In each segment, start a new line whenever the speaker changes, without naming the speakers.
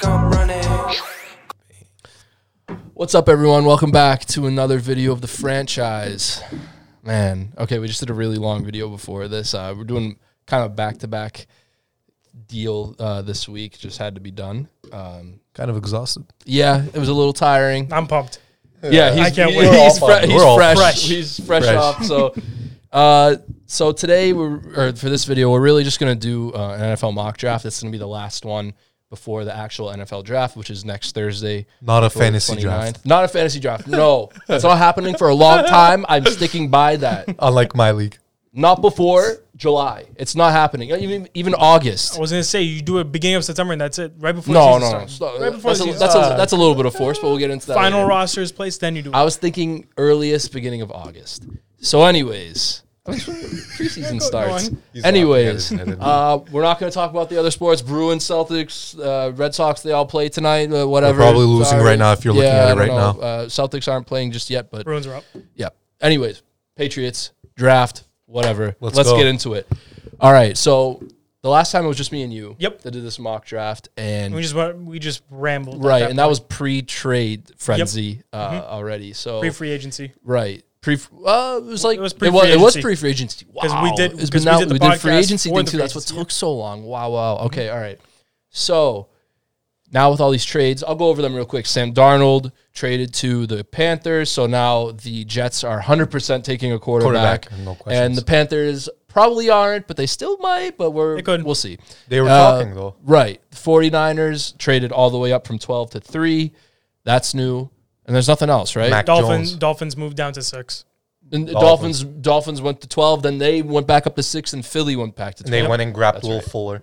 come running.
What's up, everyone? Welcome back to another video of the franchise. Man, okay, we just did a really long video before this. Uh, we're doing kind of back to back deal uh, this week. Just had to be done. Um,
Kind of exhausted.
yeah, it was a little tiring.
I'm pumped.
Yeah, he's,
I can't
he-
wait. We're all
He's, fre-
fucked.
he's
We're all
fresh.
fresh.
He's fresh,
Fresh.
off. So, uh, so today we're or for this video, we're really just gonna do uh, an NFL mock draft. That's gonna be the last one before the actual NFL draft, which is next Thursday.
Not a
October
fantasy draft.
29th. Not a fantasy draft. No, it's not happening for a long time. I'm sticking by that.
Unlike my league.
Not before July. It's not happening. Even even August.
I was gonna say you do it beginning of September and that's it. Right before
No, no,
the
no.
season starts.
Stop.
Right before
That's a,
the season
that's, a,
starts.
that's a little bit of force, but we'll get into that.
Final
later.
roster is placed, then you do it.
I was thinking earliest beginning of August. So, anyways, preseason starts.
on.
He's
Anyways,
laughing at his head.
uh, we're not going to talk about the other sports. Bruins, Celtics, uh, Red Sox. They all play tonight. Uh, whatever.
probably losing right now if you're looking
Yeah,
at
I
it
don't
right
know.
now.
Uh, Celtics aren't playing just yet, but
Bruins are up.
yeah. Anyways, Patriots draft. Whatever. Let's,
Let's go.
get into it. All right. So the last time it was just me and you.
Yep.
That did this mock draft and
We just wa- we just rambled. at
right, and that
point. Mm-hmm.
was pre-trade frenzy uh, already. So
pre-free agency.
Right. Pre. Uh, it was like it
It
was
was
it was,
pre-free agency.
pre free agency. Wow.
'Cause we did-
It's
'cause
been
we
now-
did the
free
podcast
agency thing
for
too.
the Mm-hmm. free
That's what
agency,
took so long. Wow. Wow. Okay. All right. So now with all these trades, I'll go over them real quick. Sam Darnold traded to the Panthers, so now the Jets are 100% taking a quarterback,
Quarterback, no questions.
and the Panthers probably aren't, but they still might. But we're
They could.
we'll see.
They were
Uh,
talking though.
Right. The 49ers traded all the way up from 12 to 3. That's new. And there's nothing else, right?
Mac
Dolphins
Jones.
Dolphins moved down to six.
And the Dolphins.
Dolphins.
Dolphins went to twelve, then they went back up to six, and Philly went back to
And they
twelve.
went and grabbed Will
right.
Fuller.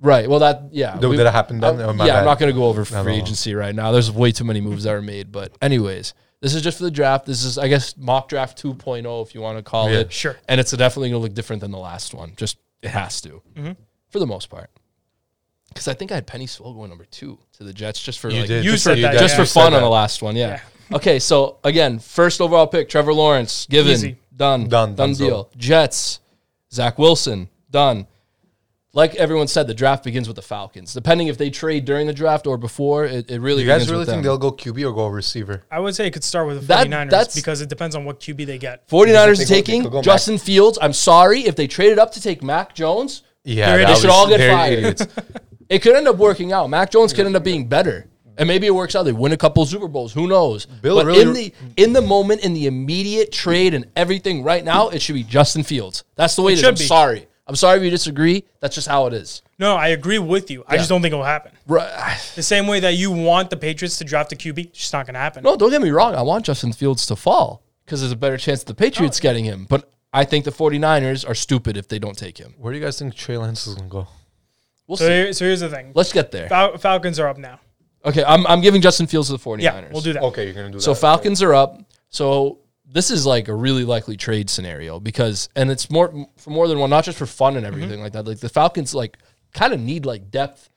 right. Well, that yeah.
Th-
we-
that happened then?
I-
Oh, my
yeah, I'm
bad.
not going to go over free
no, no.
agency right now. There's way too many moves that are made. But anyways, this is just for the draft. This is I guess mock draft 2.0 if you want to call
Yeah.
it.
Sure.
And it's definitely going to look different than the last one. Just it has to,
Mm-hmm.
for the most part. Because I think I had Penny Swell going number two to the Jets just for like,
You
Just
said
for-
that,
just
yeah.
for fun on the last one. Yeah. Okay, so again, first overall pick, Trevor Lawrence, given,
Easy.
done, done,
Done,
done
donezo.
deal. Jets, Zach Wilson, done. Like everyone said, the draft begins with the Falcons. Depending if they trade during the draft or before, it, it really
You guys
begins
really
with
think
them.
they'll go QB or go receiver?
I would say it could start with the
That-
49ers
that's-
because it depends on what QB they get.
49ers
They
are
go- they
taking
could go Mac-
Justin Fields. I'm sorry if they traded up to take Mac Jones.
Yeah,
They're
that
They
idiots.
should
was-
all get
they're
fired.
idiots.
It could end up working out. Mac Jones could end up being better. And maybe it works out. They win a couple Super Bowls. Who knows?
Bill
but
really-
in the in the moment, in the immediate trade and everything right now, it should be Justin Fields. That's the way it is.
should
I'm
be.
sorry. I'm sorry if you disagree. That's just how it is.
No, I agree with you. I just don't think it will happen.
Right.
The same way that you want the Patriots to draft a QB, it's just not going to happen.
No, don't get me wrong. I want Justin Fields to fall because there's a better chance of the
Oh,
Patriots getting him. But I think the 49ers are stupid if they don't take him.
Where do you guys think Trey Lance is gonna go?
We'll
So,
see.
here, so here's the thing.
Let's get there.
Fal- Falcons are up now.
Okay, I'm, I'm giving Justin Fields to the 49ers.
Yeah, we'll do that.
Okay, you're gonna do
So
that.
Falcons are up. So this is like a really likely trade scenario because, and it's more for more than one, not just for fun and
Mm-hmm.
everything like that. Like the Falcons, like kind of need like depth,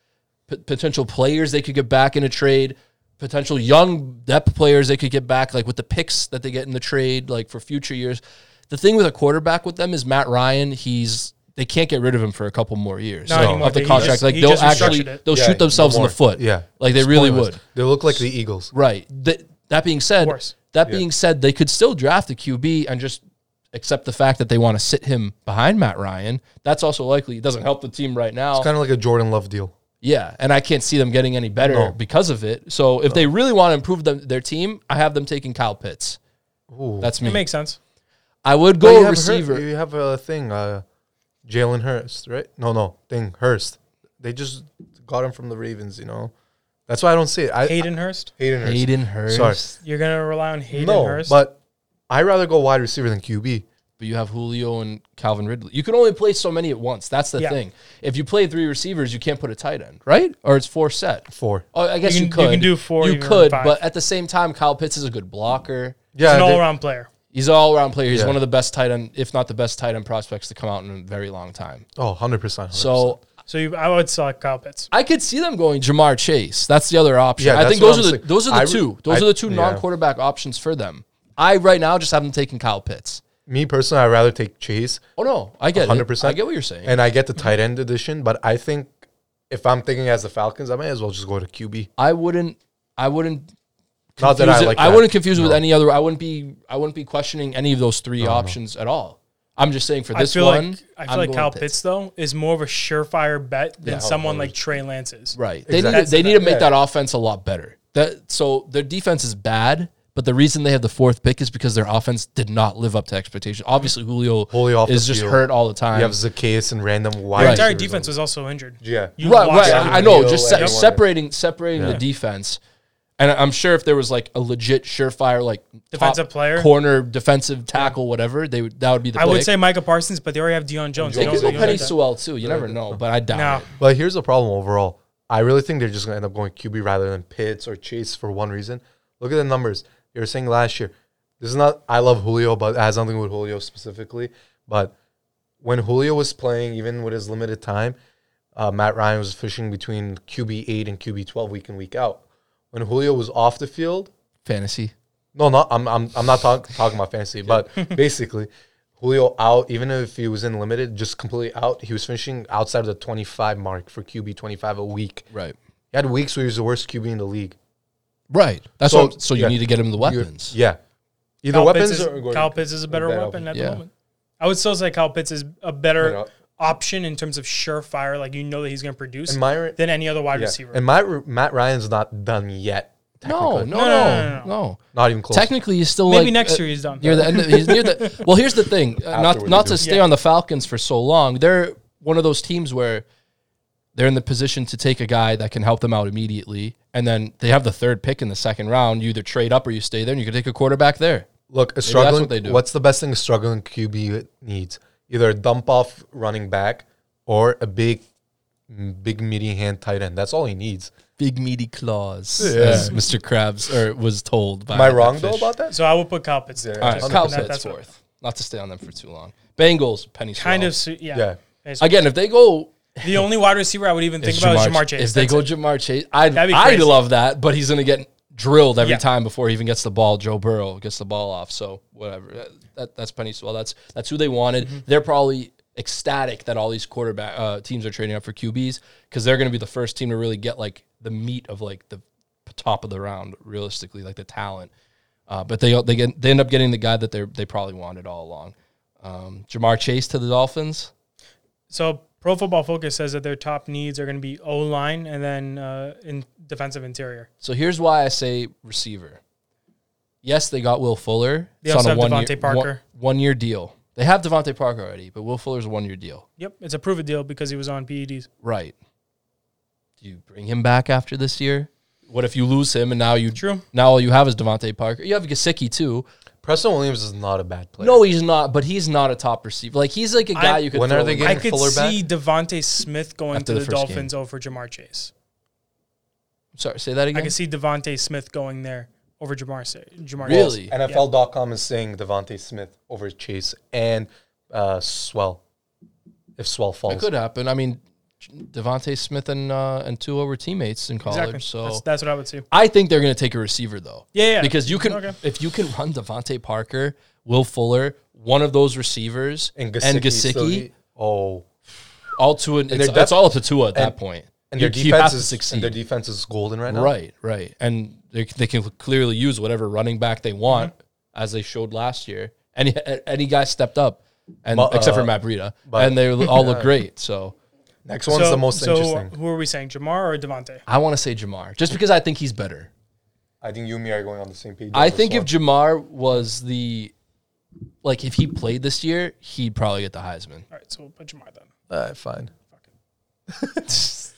p- potential players they could get back in a trade, potential young depth players they could get back, like with the picks that they get in the trade, like for future years. The thing with a quarterback with them is Matt Ryan. He's they can't get rid of him for a couple more years
Not
so,
anymore.
of the
He
contract.
just-
like
he
they'll
just restructured
actually
it.
they'll
Yeah,
shoot
no
themselves in
more.
the foot.
Yeah,
like they
It's
really
pointless.
would.
They look like the Eagles.
Right. Th- that being said,
Worse.
that being said, they could still draft a QB and just accept the fact that they want to sit him behind Matt Ryan. That's also likely. It doesn't help the team right now.
It's kind of like a Jordan Love deal.
yeah, and I can't see them getting any better because of it. So if they really want to improve them, their team, I have them taking Kyle Pitts. That's me.
It makes sense.
I would
But
go
you have
receiver.
Hur- you have a thing, uh, Jalen Hurst, right? No, no, thing Hurst. They just got him from the Ravens. You know, that's why I don't see it. I,
Hayden Hurst?
Hayden Hurst.
Hayden Hurst.
Sorry.
You're going to rely on Hayden
no,
Hurst?
but I rather go wide receiver than QB.
but you have Julio and Calvin Ridley. You can only play so many at once. That's the
Yeah.
thing. If you play three receivers, you can't put a tight end, right? Or it's four set.
Four.
Oh, I guess you,
You can-
could.
you can do four,
You
you can
could,
five.
but at the same time, Kyle Pitts is a good blocker.
Yeah,
He's an
they-
all around player.
He's an all-around player. He's
Yeah.
one of the best tight end, if not the best tight end prospects to come out in a very long time.
oh, 100 percent.
So
So you, I would select Kyle Pitts.
I could see them going Jamar Chase. That's the other option.
Yeah,
I
that's
think
what
those are
I'm
the
saying.
those are the
I re-
two. Those
I-
are the two
yeah.
non-quarterback options for them. I right now just have them taking Kyle Pitts.
me personally, I would rather take Chase,
Oh no, I get it.
100%.
I get what you're saying.
and I get the tight end edition. But I think if I'm thinking as the Falcons, I might as well just go to QB.
I wouldn't. I wouldn't.
Not that I
confuse it-
like.
I
that.
wouldn't confuse it with
No.
any other. I wouldn't be. I wouldn't be questioning any of those three options at all. I'm just saying for
I
this
feel
one.
like I
I'm
feel like
going
Kyle
Pitts.
Pitts. though is more of a surefire bet than
Yeah.
someone like Trey Lance is.
Right. They
Exactly.
need to, they need to make
Yeah.
that offense a lot better. That so their defense is bad, but the reason they have the fourth pick is because their offense did not live up to expectation. Obviously, Julio
Wholly off
is
the
just
field.
hurt all the time.
You have Zacchaeus and random wide.
Their
Right.
entire
receivers
defense
on-
was also injured.
Yeah.
You
right,
watched
right.
them.
I I know.
Julio,
Just se-
everyone.
separating separating
Yeah.
the defense. And I'm sure if there was like a legit surefire like top
Defensive player?
corner, defensive tackle, whatever, they would that would be the
I
pick.
would say Micah Parsons, but they already have Deion Jones.
they
They
don't-
could go
don't
Penny
do that.
Sewell too. You never know, but I doubt
No.
it.
But here's the problem overall. I really think they're just gonna end up going QB rather than Pitts or Chase for one reason. Look at the numbers. You were saying last year. This is not I love Julio, but it has nothing with Julio specifically. But when Julio was playing, even with his limited time, uh, Matt Ryan was fishing between QB eight and QB twelve week in week out. When Julio was off the field,
Fantasy.
no, not I'm I'm, I'm not talk, talking about fantasy, but basically, Julio out. Even if he was in limited, just completely out. He was finishing outside of the 25 mark for QB 25 a week.
Right.
He had weeks where he was the worst QB in the league.
Right. That's
So-
so, so you
yeah.
need to get him the
You-
weapons.
yeah, either
Kyle
weapons
Pitts is,
or
Kyle Pitts is a better
Better
weapon at
Yeah.
the moment. I would still say Kyle Pitts is a better
Yeah.
option in terms of surefire, like you know that he's going to produce
And Myron-
than any other wide
yeah.
receiver.
And Matt Matt Ryan's not done yet.
No, no,
technically.
no, no,
no, no, no.
not even close.
Technically, he's still
Maybe
like,
next
uh,
year he's done.
near the end. Of, he's near the. Well, here's the thing. Uh, not
Afterwards,
not
yeah.
to stay
Yeah.
on the Falcons for so long. They're one of those teams where they're in the position to take a guy that can help them out immediately, and then they have the third pick in the second round. You either trade up or you stay there, and you can take a quarterback there.
Look, a
that's
struggling.
what they do.
What's the best thing a struggling QB needs? Either a dump off running back or a big, big meaty hand tight end. That's all he needs.
Big meaty claws,
Yeah.
as Mr. Krabs or was told. By
Am I wrong though
fish.
about that?
so I would put Kyle Pitts. there.
All right,
Just-
Kyle
that-
Pitts
what-
fourth. Not to stay on them for too long. Bengals, Penny.
Kind
Sewell.
of, su- yeah.
Yeah.
It's-
Again, if they go
the only wide receiver I would even think
It's
about is Jamar Chase.
If they
That's
go
it.
Jamar Chase, I'd,
That'd be
I'd
crazy.
love that, but he's going to get drilled every
Yeah.
time before he even gets the ball. Joe Burrow gets the ball off, so whatever. That, that- that's Penny Sewell. That's that's who they wanted.
Mm-hmm.
They're probably ecstatic that all these quarterback uh, teams are trading up for QBs because they're going to be the first team to really get like the meat of like the top of the round, realistically, like the talent. Uh, but they they get they end up getting the guy that they they probably wanted all along. Um, Jamar Chase to the Dolphins.
so Pro Football Focus says that their top needs are going to be O line and then uh, in defensive interior.
So here's why I say receiver. Yes, they got Will Fuller.
They also have
one-year-
Devontae Parker.
One, year deal. They have Devontae Parker already, but Will Fuller's a one year deal.
Yep, it's a prove it deal because he was on E PEDs.
Right. Do you bring him back after this year? What if you lose him and now you
True.
now all you have is Devontae Parker? You have Gasicki too.
Preston Williams is not a bad player.
No, he's not, but he's not a top receiver. Like he's like a guy
I-
you could
When are
throw
they
in-
getting-
I
Getting
could
Fuller back?
see Devonte Smith going
After
to
the
the,
first
Dolphins over Jamar Chase.
Sorry, say that
I
again.
could see Devonte Smith going there over Jamar. Sa- Jamar Chase.
Really?
NFL.com is saying Devontae Smith over Chase and uh, Swell. If Swell
It
falls,
could happen. I mean, Devontae Smith and uh, and Tua were teammates in college,
Exactly.
so
that's, that's what I would see.
I think they're going to take a receiver though.
Yeah, yeah.
Because you can,
Okay.
if you can run Devontae Parker, Will Fuller, one of those receivers,
and
and
Gasicki.
Gasicki,
so he- oh,
all to an, it's,
their def-
it's all up to Tua at that
and-
point.
and
You-
their
you have
defense
to
is
succeed.
and their defense is golden right now.
Right, right, and they, they can clearly use whatever running back they want,
Mm-hmm.
as they showed last year. Any any guy stepped up, and
But,
except
uh,
for Matt Breida,
but-
and they all look great. So
Next one's the most interesting.
who are we saying, Jamar or Devonte?
I want to say Jamar, just because I think he's better.
I think you and me are going on the same page.
I
on this
think if
one.
Jamar was the like if he played this year, he'd probably get the Heisman.
All right, so we'll put Jamar then.
Alright, fine. Next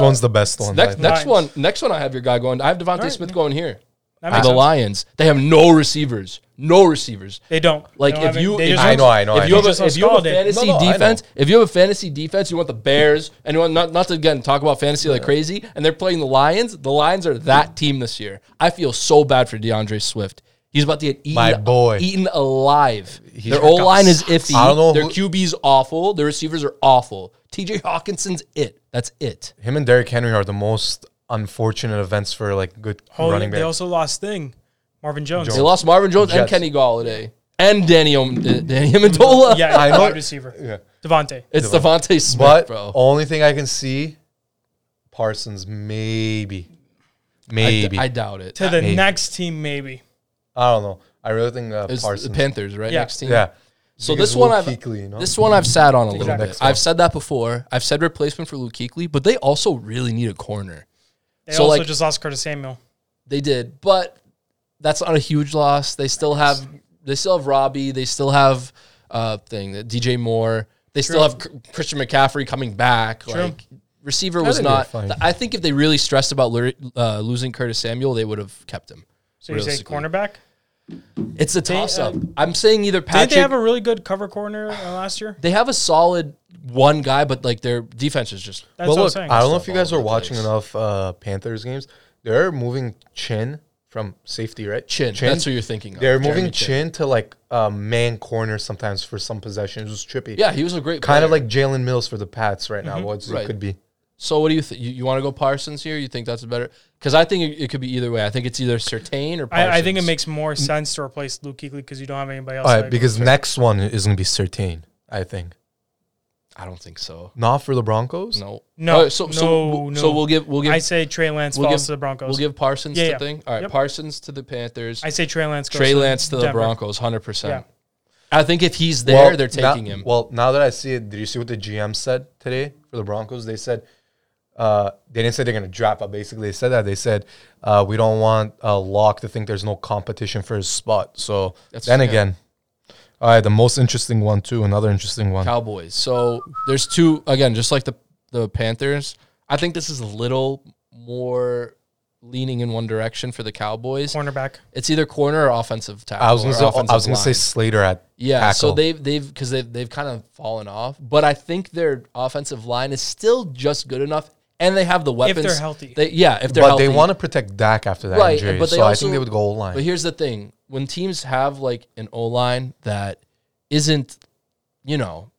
one's the best one. I
uh, Next,
think.
next
Lions.
one, next one. I have your guy going. I have Devontae
right.
Smith going here.
That
For
makes
the
sense.
Lions, they have no receivers. No receivers.
They don't. They
Like
don't
if
have any-
you,
they
if
just
you-
I know, I know,
If
I
you
know.
have
Just
a, if you have a
Osvaldo.
fantasy
No, no, I know.
defense, if you have a fantasy defense, you want the Bears, and you want not not to again talk about fantasy like crazy, and they're playing the Lions. The Lions are that team this year. I feel so bad for DeAndre Swift. He's about to get eaten,
My boy.
eaten alive. Their
got
O line is iffy.
I don't know
Their
who-
QB's awful. Their receivers are awful. T.J. Hawkinson's it. That's it.
Him and Derrick Henry are the most unfortunate events for like good
Oh,
running
they
backs.
also lost Thing, Marvin Jones.
They lost Marvin Jones and
Jets.
Kenny Galladay and Danny Om- D- Danny Amendola.
Yeah,
I know-
wide receiver.
yeah.
Devonte.
it's Devontae Smith,
But
bro.
only thing I can see Parsons, maybe.
I d-
Maybe.
I,
I,
doubt it.
to the
Maybe.
next team, maybe.
don't know. I really think uh,
It's the
Parsons.
Panthers, right?
Yeah.
Next team.
yeah.
So
Because
this one,
Luke
I've,
Kuechly, you know?
this one I've sat on a little
Exactly.
bit. I've said that before. I've said replacement for Luke Kuechly, but they also really need a corner.
They
So,
also
like-
just lost Curtis Samuel.
They did, but that's not a huge loss. They still have they still have Robbie. They still have uh thing DJ Moore. They still
True.
have Cr- Christian McCaffrey coming back.
True.
Like receiver was
think they're
not.
fine.
th- I think if they really stressed about lur- uh, losing Curtis Samuel, they would have kept him.
So you say
Realistically.
cornerback?
It's a toss up. I'm saying either
uh, Didn't
Patrick.
they have a really good cover corner uh, last year?
solid one guy, but like their defense is just.
But
That's what
look,
I'm saying.
I don't know
Stuff
if you
all
guys
over
are
the
watching
place.
enough uh, Panthers games. They're moving Chin from safety, right?
Chin. That's who you're thinking of.
They're
Jeremy
moving Chin, to like uh, man corner sometimes for some possessions. It was trippy.
Yeah, he was a great
Kind of
player.
like Jalen Mills for the Pats right
Mm-hmm.
now. What
Right.
it could be.
So what do you think? You, you want to go Parsons here? You think that's better? Because I think it, it could be either way. I think it's either Sertain or Parsons.
I, I think it makes more sense to replace Luke Kuechly because you don't have anybody else.
All
that-
right, because next one is going to be Certain, I think.
I don't think so.
Not for the Broncos?
No.
No,
All right, so, so,
no,
w- so
no.
we'll give we'll give
I say Trey Lance
we'll
falls
give-
to the Broncos.
we'll give Parsons
Yeah,
to
yeah.
thing. All right,
Yep.
Parsons to the Panthers.
I say Trey Lance. Goes
Trey Lance to the
Denver.
Broncos, hundred percent.
Yeah.
I think if he's there,
Well,
they're
now-
taking him.
Well, now that I see it, did you see what the GM said today for the Broncos? They said uh, they didn't say they're going to drop, but basically they said that they said uh, we don't want uh, Locke to think there's no competition for his spot. So
That's
then
fair.
again, all right, the most interesting one too, another interesting one.
Cowboys. So there's two again, just like the the Panthers. I think this is a little more leaning in one direction for the Cowboys.
cornerback.
It's either corner or offensive tackle.
I was
or
going to say I was
offensive
going to say
line.
Slater at
yeah. So
tackle.
they've they've because they've they've kind of fallen off, but I think their offensive line is still just good enough, and they have the weapons.
they're healthy.
They- yeah, if they're
but
healthy.
they want to protect Dak after that
Right,
injury.
but they
so I
also-
think they would go O line.
But here's the thing: when teams have like an O line that isn't, you know,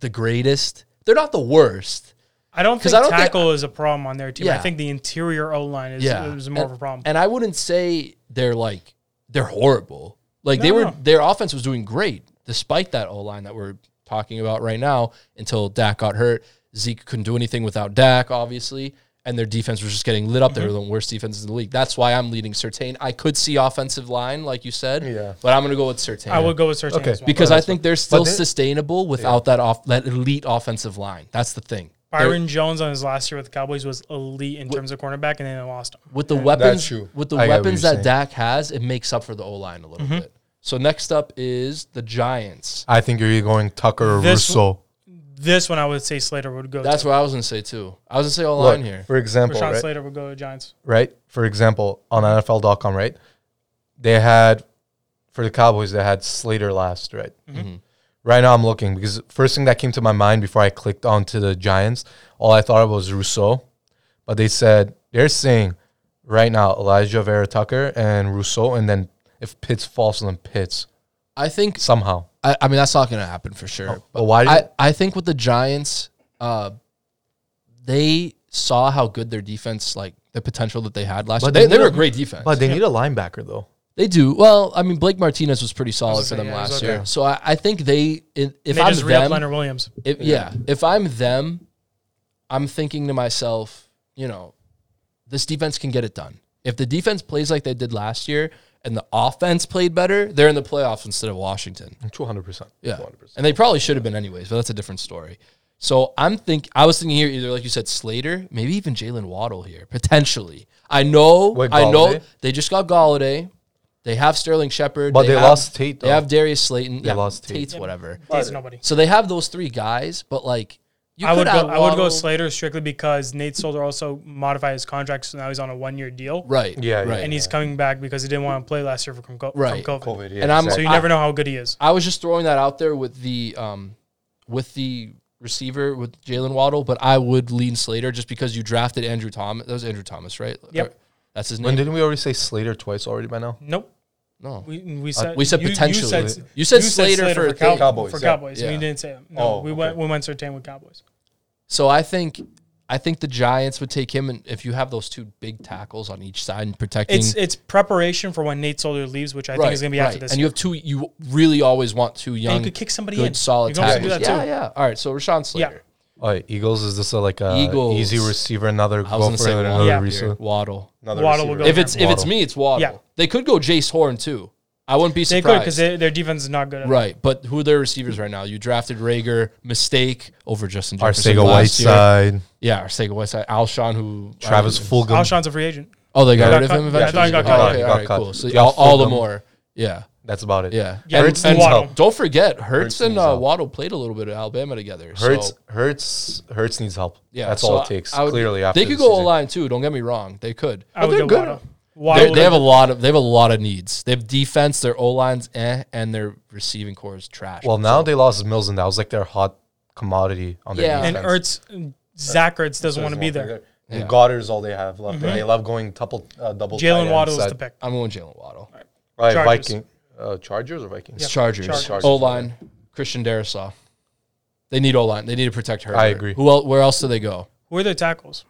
the greatest, they're not the worst.
I don't
'Cause
think
I don't think-
tackle is a problem on their team. I
Yeah.
think the interior O line is,
yeah,
is more
and,
of a problem.
And I wouldn't say they're like they're horrible. Like they
No,
were,
no.
their offense was doing great despite that O line that we're talking about right now. Until Dak got hurt, Zeke couldn't do anything without Dak, obviously. And their defense was just getting lit up. They
Mm-hmm.
were the worst defenses in the league. That's why I'm leading Sertain. I could see offensive line, like you said,
Yeah.
but I'm going to go with Sertain.
I would go with Sertan
Okay,
as well.
because I think they're still
they-
sustainable without that off that elite offensive line. That's the thing. They're-
Byron Jones on his last year with the Cowboys was elite in terms of cornerback, and then they lost him.
with the weapons
true.
with the
I get what
weapons
you're
that
saying.
Dak has, it makes up for the O line a little
Mm-hmm.
bit. So next up is the Giants.
I think you're either going Tucker or
This-
Russo.
This one, I would say Slater would go.
That's
to.
what I was gonna say too. I was gonna say O
Look,
line here.
for example,
Rashawn
right?
Slater would go to Giants.
right? For example, on NFL.com, right? They had for the Cowboys, they had Slater last, right? Right now, I'm looking because first thing that came to my mind before I clicked onto the Giants, all I thought of was Rousseau, but they said they're saying right now Elijah Vera Tucker and Rousseau, and then if Pitts falls, then Pitts
I think
somehow.
I, I mean that's not gonna happen for sure.
But why?
I, I think with the Giants, uh, they saw how good their defense, like the potential that they had last
But
year. They,
they
they were a
need a-
great defense.
but they need a linebacker though.
They do well. I mean, Blake Martinez was pretty solid
gonna
for
say,
them
yeah, he's
last
okay.
year. So I, I think they, if if
They
I'm
just re-upped
them,
Leonard Williams.
if, yeah. if I'm them, I'm thinking to myself, you know, this defense can get it done. If the defense plays like they did last year and the offense played better, they're in the playoffs instead of Washington.
Two hundred percent.
Yeah, and they probably should have been anyways, but that's a different story. So I'm think I was thinking here either like you said Slater, maybe even Jalen Waddle here potentially. I know,
With
I know
Golladay?
they just got Galladay. They have Sterling Shepard,
But they
have-
lost Tate,
They
though.
have Darius Slayton. They
lost Tate.
Tate's whatever.
He's nobody.
So they have those three guys, but like you
I would
could
go.
add
I would go
Waddle.
Slater strictly because Nate Solder also modified his contract, so now he's on a one-year deal,
Right.
Yeah, yeah,
Right.
and he's coming back because he didn't want to play last year for com- co-
Right.
from COVID.
COVID, yeah,
And I'm-
So you
I-
never know how good he is.
I was just throwing that out there with the um with the receiver with Jalen Waddle, but I would lean Slater just because you drafted Andrew Thomas. That was Andrew Thomas, right?
Yep.
That's his
When
name.
didn't we already say Slater twice already by now?
Nope.
no.
We, we said
Uh, we said
you- you
potentially.
s-
You said Slater for
Cow-
Tate.
Cowboys,
For
yeah.
Cowboys,
Yeah.
we didn't say him. No,
Oh,
we went
okay.
we went certain with Cowboys.
So I think I think the Giants would take him, and if you have those two big tackles on each side and protecting,
It's it's preparation for when Nate Solder leaves, which I think is going to be after this.
and you
year.
have two. You really always want two
And
young,
you could kick somebody
good,
in.
solid
you can also do
tackles.
that
Yeah,
too.
yeah. All right, so Rashawn Slater.
Oh, Eagles is this a, like a
Eagles.
easy receiver? Another
I was
goal
gonna
for
say
another
Waddle.
Yeah.
receiver.
Waddle.
Another
Waddle will go
If it's if it's
Waddle.
me, it's Waddle.
Yeah.
They could go Jace Horn too. I wouldn't be
They
surprised.
could because their defense is not good. At all.
Right, but who are their receivers right now? You drafted Rager, mistake over Justin Jefferson
Arcega
last year.
Whiteside,
Yeah, Arcega Whiteside, Alshon, who
Travis
I-
Fulgham.
Alshon's a free agent.
Oh, they got
Yeah,
rid of
got
him
cut. Yeah, I
eventually.
thought he got
Oh,
cut.
okay,
He got
all right,
cut.
cool. So
Yeah,
all, all the
Fulgham.
more. Yeah,
That's about it.
yeah.
Yeah,
and,
Hurts
and
and Waddle.
don't forget, Hertz
Hurts
and
needs
uh,
help.
Waddle played a little bit at Alabama together.
Hurts
so,
Hurts Hurts needs help.
yeah,
Yeah, that's
so
all
I-
it takes.
I would-
clearly, after
they could
this
go a
season.
line too. Don't get me wrong, they could.
I would
they're
go
good.
Waddle.
Oh, They,
Waddle
they have a lot of they have a lot of needs. They have defense, their O lines, eh, and their receiving core is trash.
Well, now they lost Mills, and that was like their hot commodity on their
Yeah.
defense.
and Ertz, Zach Ertz doesn't want to be there.
And
Yeah.
Goddard's all they have left. And they love going double, uh, double. tight
Mm-hmm. Jalen
end
Waddle is
side.
the pick.
I'm going Jalen Waddle.
Right,
Chargers.
Viking, uh, Chargers or Vikings.
It's Chargers.
Chargers.
O line, Christian Darisaw. They need O line. They need to protect her.
I agree.
Who else? Where else do they go?
Who are their tackles?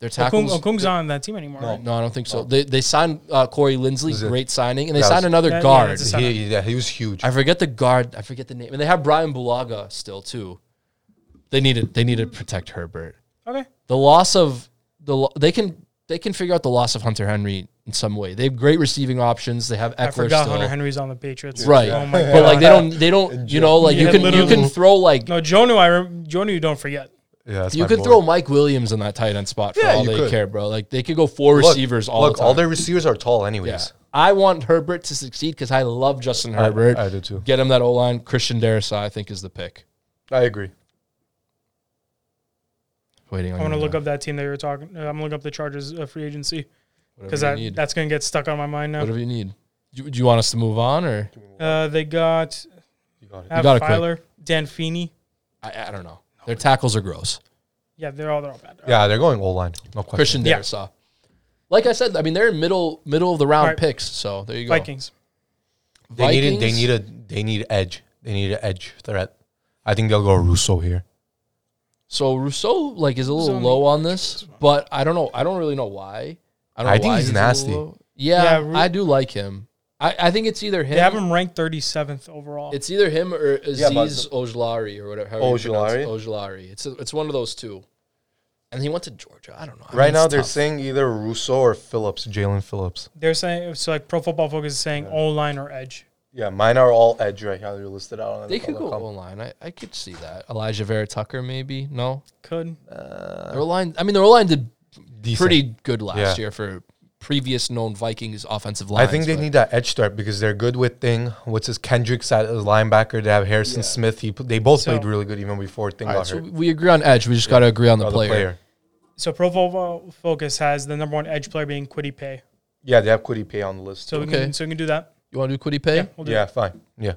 Their tackles.
Okung, Okung's not on that team anymore. right?
No, I don't think so. They they signed uh, Corey Lindsley,
Oh. it-
great signing, and they
That was-
signed another
That- yeah,
guard.
it's a-
He, yeah, he was huge.
I forget the guard. I forget the name. And they have Brian Bulaga still too. They need to they need to protect Herbert.
Okay.
The loss of the lo- they can they can figure out the loss of Hunter Henry in some way. They have great receiving options. They have Eckler
I forgot
still.
Hunter Henry's on the Patriots.
Right,
Oh my
but
god.
like they don't, they don't, you know, like you
Yeah,
can, you
literally.
can throw like
no, Jonu, I rem- Jonu, you don't forget.
yeah, that's
You
my
could
boy.
throw Mike Williams in that tight end spot for
Yeah,
all
you
they
could.
care, bro. Like they could go four
Look,
receivers all
look,
the time.
all their receivers are tall,
yeah.
anyways.
I want Herbert to succeed because I love Justin Herbert.
I do too.
Get him that O line. Christian Darrisaw, I think, is the pick.
I agree.
Waiting on.
I want to look up that team that you were talking. uh, I'm gonna look up the Chargers uh, free agency because
you
that
need.
that's gonna get stuck on my mind now.
Whatever you need. Do, do you want us to move on or
Uh, they got
You got it.
Ab
got it quick.
Filer, Dan Feeney.
I, I don't know. Their tackles are gross.
Yeah, they're all they're all bad.
Yeah, they're going O line. No question.
Christian
Yeah.
Darrisaw. Like I said, I mean they're in middle middle of the round
Right.
picks. So there you go.
Vikings.
They need. A, they
Vikings?
need a. They need edge. They need an edge threat. I think they'll go Russo here.
So Rousseau like is a little
Zone.
low on this, but I don't know. I don't really know why. I don't. Know
I think
why
he's
a little
nasty.
low. Yeah,
Yeah, Ru-
I do like him. I, I think it's either him.
They have him ranked 37th overall.
It's either him or
Yeah, but-
Aziz Ojlari or whatever. however you pronounce it, Ojlari. It's it's one of those two. And he went to Georgia. I don't know. I
Right
mean,
now,
it's
they're
tough.
saying either Russo or Phillips, Jalen Phillips.
They're saying so like Pro Football Focus is saying O line or edge.
Yeah, mine are all edge right now. They're listed out on.
they could go
NFL.com.
online. I, I could see that. Elijah Vera Tucker maybe no.
Could
Their line. I mean their line did
Uh, Decent.
pretty good last
Yeah.
year for previous known Vikings offensive
I
lines.
think they
but-
need that edge threat because they're good with thing. What's his Kendricks at his linebacker? They have Harrison Smith. He p- they both
So-
played really good even before thing
All right,
got
so
hurt.
we agree on edge. We just got to agree on the,
Or
player.
so Pro Football Focus has the number one edge player being Quiddy Pay.
Yeah, they have Quiddy Pay on the list.
So we
Okay.
can so we can do that.
You want to do Quiddy Pay?
Yeah, we'll do
yeah,
that.
fine. Yeah,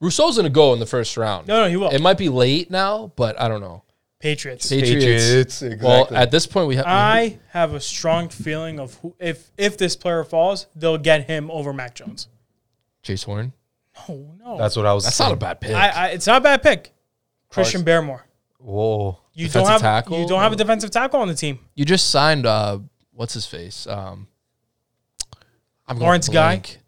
Rousseau's gonna go in the first round.
No, no, he will.
It might be late now, but I don't know.
Patriots.
Patriots. Mm-hmm.
Patriots, exactly.
Well, at this point, we have.
I have a strong feeling of who if if this player falls, they'll get him over Mac Jones.
Chase Horn.
Oh no,
that's what I was.
That's not a
saying.
bad pick.
I, I, it's not a bad pick. Christian Barrymore.
Whoa,
You
Defensive
don't have
tackle?
you don't have a defensive tackle on the team.
you just signed. Uh, what's his face? Um, I'm going
Lawrence Guy?
blank.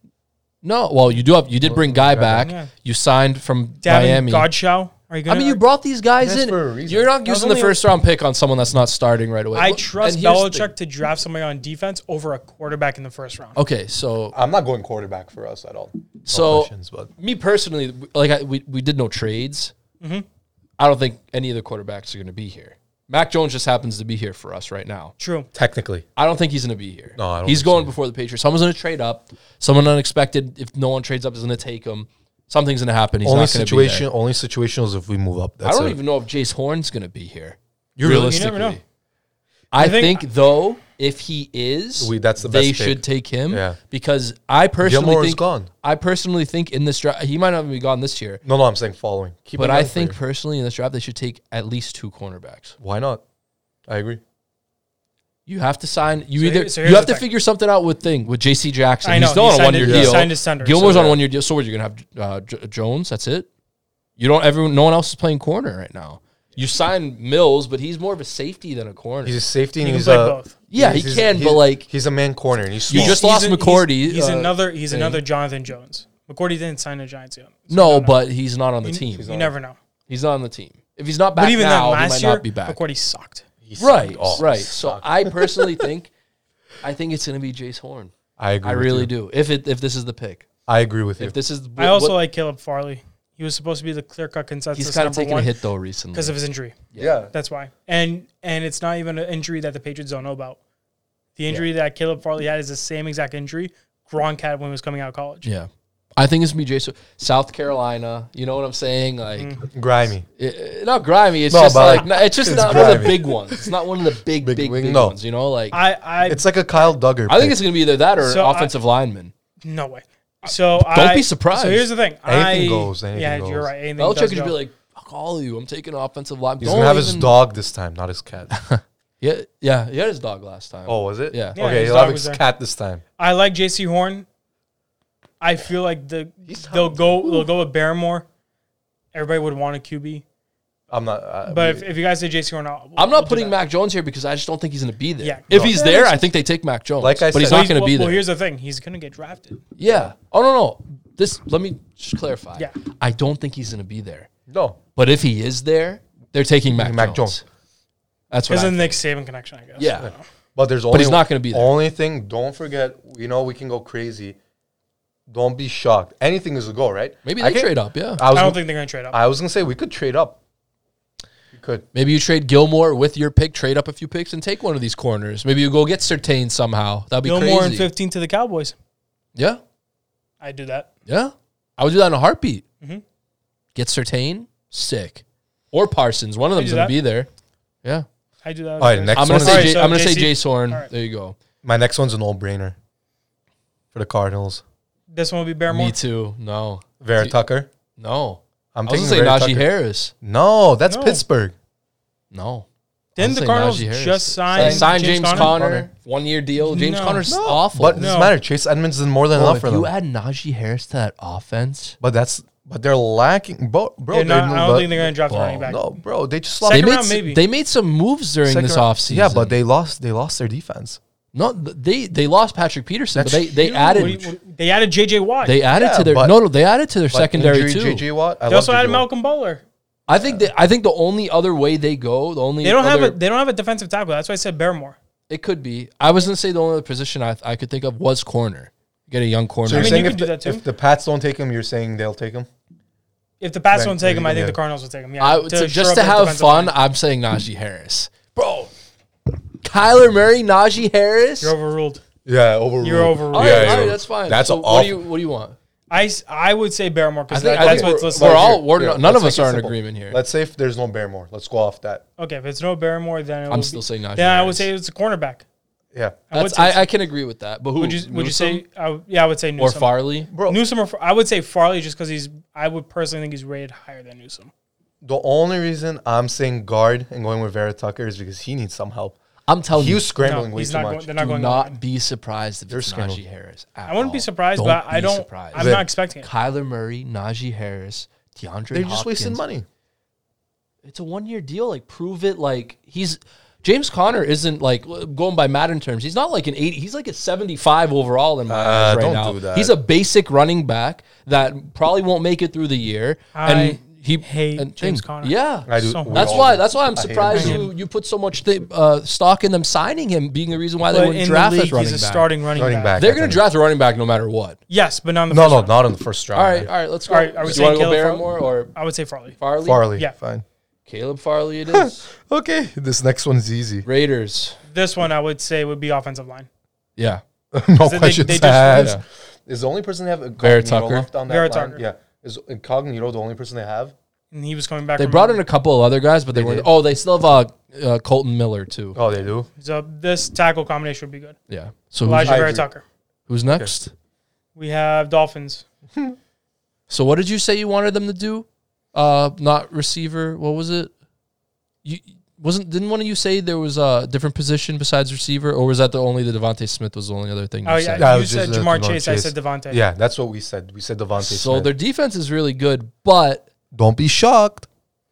No, well, you do have. You did bring Guy back.
Yeah.
You signed from
Davin
Miami.
Godshaw. Are you
I
gonna?
mean, you brought these guys
That's
in.
for a reason.
You're not
That was
using the
only a-
first round pick on someone that's not starting right away.
I
Look,
trust
and here's the
Belichick to draft somebody on defense over a quarterback in the first round.
thing. Okay, so
I'm not going quarterback for us at all. No
So-
questions, but
me personally, like I, we we did no trades.
Mm-hmm.
I don't think any of the quarterbacks are going to be here. Mac Jones just happens to be here for us right now.
True.
technically,
I don't think he's going to be here.
No, I don't
he's
think
going before the Patriots. Someone's going to trade up. Someone unexpected. If no one trades up, is going to take him. Something's going to happen. He's
only
not going to be
situation,
there.
only situation is if we move up.
I
That's
don't
it.
even know if Jace Horn's going to be here.
You really- you
never know.
I,
I think-
think, though, if he is,
We- that's the
they
best pick.
should take him.
Yeah.
because I personally
Gilmore is
think
gone.
I personally think in this draft he might not even be gone this year.
No, no, I'm saying following. Keep
But
an eye
I
out for
think
you.
personally in this draft they should take at least two cornerbacks.
why not? I agree.
You have to sign. You
So
either
here- so
you
here's
have
the
to
thing.
figure something out with thing with J.C. Jackson.
I
He's
know,
still
he
on a
signed
one year
it-
deal.
he signed his tender,
Gilmore's
so
on a
yeah.
one year deal. So what, you're gonna have uh, J- Jones. That's it. You don't. Everyone. No one else is playing corner right now. You sign Mills, but he's more of a safety than a corner.
He's a safety. And
He can
he's
play
a,
both.
Yeah, he
he's-
can,
he's-
but, like-
he's a man corner and he's
You
small.
just lost
he's-
McCourty,
He's, he's
uh,
another. He's
thing.
another Jonathan Jones. McCourty didn't sign the Giants yet.
no, but he's not on the team.
You never know.
He's not on the team. If he's not back
But even
now,
then,
he
last
might
year,
not be back.
McCourty sucked.
He
Right,
sucked off.
right.
He
So
sucked.
I personally think, I think it's going to be Jace Horn.
I agree.
I
with
really
you.
do. If it if this is the pick,
I agree with you.
if this is,
I also
what-
like Caleb Farley. He was supposed to be the clear cut consensus
he's kind of
number
taking
one
a hit though recently.
because of his injury.
yeah.
That's why. And and it's not even an injury that the Patriots don't know about. The injury that Caleb Farley had is the same exact injury Gronk had when he was coming out of college.
Yeah, I think it's gonna be Jason. South Carolina, you know what I'm saying? Like,
Mm-hmm.
Grimy.
it- it- not grimy. It's
No,
just
but
like,
like,
no, it's just
it's
not one of the
grimy.
big ones. It's not one of the big big
Big
big,
wing- no.
ones. You know, like I,
I, I
It's like a Kyle Duggar.
think
pick.
it's gonna be either that or
So I-
offensive lineman.
no way. So don't
be surprised.
So here's the thing.
Anything
I,
goes, anything
yeah,
goes.
you're right. Anything does
Belichick could just
go.
be like, "Fuck all of you. I'm taking offensive line."
He's
Don't
gonna have his
even-
dog this time, not his cat.
Yeah, yeah, he had his dog last time.
oh, was it?
Yeah. Yeah,
Okay,
his
he'll
dog
have
was
his
there.
cat this time.
I like JC Horn. I feel like the they'll go they'll go with Barrymore. Everybody would want a QB.
I'm not. uh, I,
But
we-
if, if you guys say JC Horn, I'll,
I'm
we'll
not
do
putting
that.
Mac Jones here because I just don't think he's going to be there.
Yeah.
If
No.
he's
Yeah,
there,
makes
I think they take Mac Jones.
Like I
but he's
said-
not going to
well,
be there.
Well, here's the thing. He's going to get drafted.
yeah. Oh no no. This let me just clarify.
Yeah.
I don't think he's going to be there.
no,
But if he is there, they're taking Mac,
Mac
Jones.
Jones.
That's what.
Because
I,
of the Nick Saban connection, I guess.
yeah.
but there's only.
he's not gonna be there.
Only thing, don't forget. You know, we can go crazy. Don't be shocked. Anything is a go, right?
Maybe
I
they
can-
trade up. Yeah.
I was.
I
I,
don't think they're going to trade up.
I was gonna say we could trade up. We could.
Maybe you trade Gilmore with your pick, trade up a few picks, and take one of these corners. Maybe you go get Sertain somehow. That'd be
Gilmore
crazy.
and 15 to the Cowboys.
yeah.
I do that.
Yeah. I would do that in a heartbeat.
Mm-hmm.
Get Sertain, sick, or Parsons. One of them's
do
going
that.
to be there. Yeah.
I do that.
All right, next
I'm gonna say
one. is-
Alright,
J-
so
I'm gonna say
JC.
Jace Horn.
Alright.
There you go.
my next one's an all-brainer for the Cardinals.
This one will be Barrymore.
Me too. No,
Vera Tucker.
no.
I'm
i was
taking
gonna say
Vera
Najee
Tucker.
Harris.
No, that's
No.
Pittsburgh.
No.
Then the
I'll say
Cardinals
Najee Harris.
just
They
signed,
signed James, Conner,
Conner.
one year deal. James
No.
Conner's
No.
awful.
But it
No.
doesn't matter. Chase Edmonds is more than
Bro,
enough
if
for
you
them.
add Najee Harris to that offense,
but that's but they're lacking. Bro, bro
They're not-
they're-
I don't
but-
think they're going to draft a running back.
No, bro, they just
they
lost
Second
made
round,
s-
maybe.
they made some moves during
second
this
round.
offseason.
Yeah, but they lost. They lost their defense.
no th- they they lost Patrick Peterson,
That's
but they they
Dude,
added
what do you- what- they added JJ Watt. They,
they added
Yeah,
to their
but-
no no they added to their
Like,
secondary
injury,
too.
JJ Watt. I love
also
JJ
added
Watt.
Malcolm Butler.
I think they, I think the only other way they go, the only
They don't have
other-
a they don't have a defensive tackle. That's why I said Barrymore.
It could be. I was gonna say the only other position I, I could think of was corner. Get a young corner.
So you're
I mean,
saying
you could
if,
do
the,
that too.
if the Pats don't take him, you're saying they'll take him.
If the Pats
Right,
don't take
there
him,
you
I
go,
think
yeah.
the Cardinals will take him. Yeah,
I, to,
shore
just
up
to
their
have
defensive
fun,
line.
I'm saying Najee Harris, bro. Kyler Murray, Najee Harris.
You're overruled.
Yeah, overruled.
You're overruled.
all right,
Yeah,
all right, that's fine.
That's
so
an
what do you
awful-
what do you want?
I, s- I would say Barrymore
I
because
think, I
that's
think
what's
we're,
listed.
we're
Let's
all
hear-
we're
yeah,
not- none of us
let's make it
are in
simple.
agreement here.
Let's say if there's no Barrymore, let's go off that.
Okay, if it's no Barrymore, then it
I'm
would
still
be,
saying Najee.
then I would
Harris.
say it's a cornerback.
Yeah,
I would
That's,
say
I, I can agree with that. But who
Would you would you
Newsom
say? I would- yeah, I would say
or
Newsom.
Farley?
bro.
Newsom or Far- I would say Farley just because he's. I would personally think he's rated higher than Newsom.
the only reason I'm saying guard and going with Vera Tucker is because he needs some help.
I'm telling
He
you,
was scrambling
no,
way
he's
too
not
much.
Going, they're not
do
going.
not
line.
be surprised if it's
scrambling.
Najee Harris.
I wouldn't be surprised, but I don't. I'm
Then-
not expecting it.
Kyler Murray, Najee Harris, DeAndre.
they're just wasting
Hopkins.
money.
It's a one year deal. Like prove it. Like he's James Conner isn't like going by Madden terms. He's not like an eighty. He's like a seventy five overall in my eyes right
Uh, don't
now.
do that.
He's a basic running back that probably won't make it through the year.
I
he
hate James Conner.
Yeah.
I do.
So
we
that's
all
why.
do.
That's why I'm
I hate him
surprised
too.
you, you put so much thi- uh, stock in them signing him, being the reason why they
But
wouldn't
in
draft
the league,
us running
he's a
back.
starting running,
Running
back.
back.
They're going
I
to
think.
draft a running back no matter what.
Yes, but not in the
No,
first
no,
round.
not in the first round.
All right, all right. Let's go.
All right, are we
Do you want
saying
to go
Caleb
Barrymore or
I would say Farley.
Farley?
Farley.
Yeah.
fine.
Caleb Farley. It is
Okay, this next one's easy.
Raiders.
This one I would say would be offensive line.
Yeah.
no
they
questions
just-
asked. Is the only person they have
Vera
incognito
Tucker.
left on that
Vera
line?
Tucker.
Yeah, is incognito the only person they have?
And he was coming back.
They
from
brought in
injury.
a couple of other guys, but they,
They
weren't.
did.
Oh, they still have uh, uh, Colton Miller too.
Oh, they do.
So this tackle combination would be good.
Yeah. So who's,
Elijah
I
Vera
agree.
Tucker.
who's next?
We have Dolphins.
So what did you say you wanted them to do? Uh, not receiver. What was it? You wasn't didn't one of you say there was a different position besides receiver, or was that the only the Devonte Smith was the only other thing? You
Oh
said?
yeah,
That
you
was
said
just, uh,
Jamar
Jamar
Chase, I
Chase.
said Devontae.
Yeah, that's what we said. We said Devontae.
So
Smith.
their defense is really good, but
don't be shocked.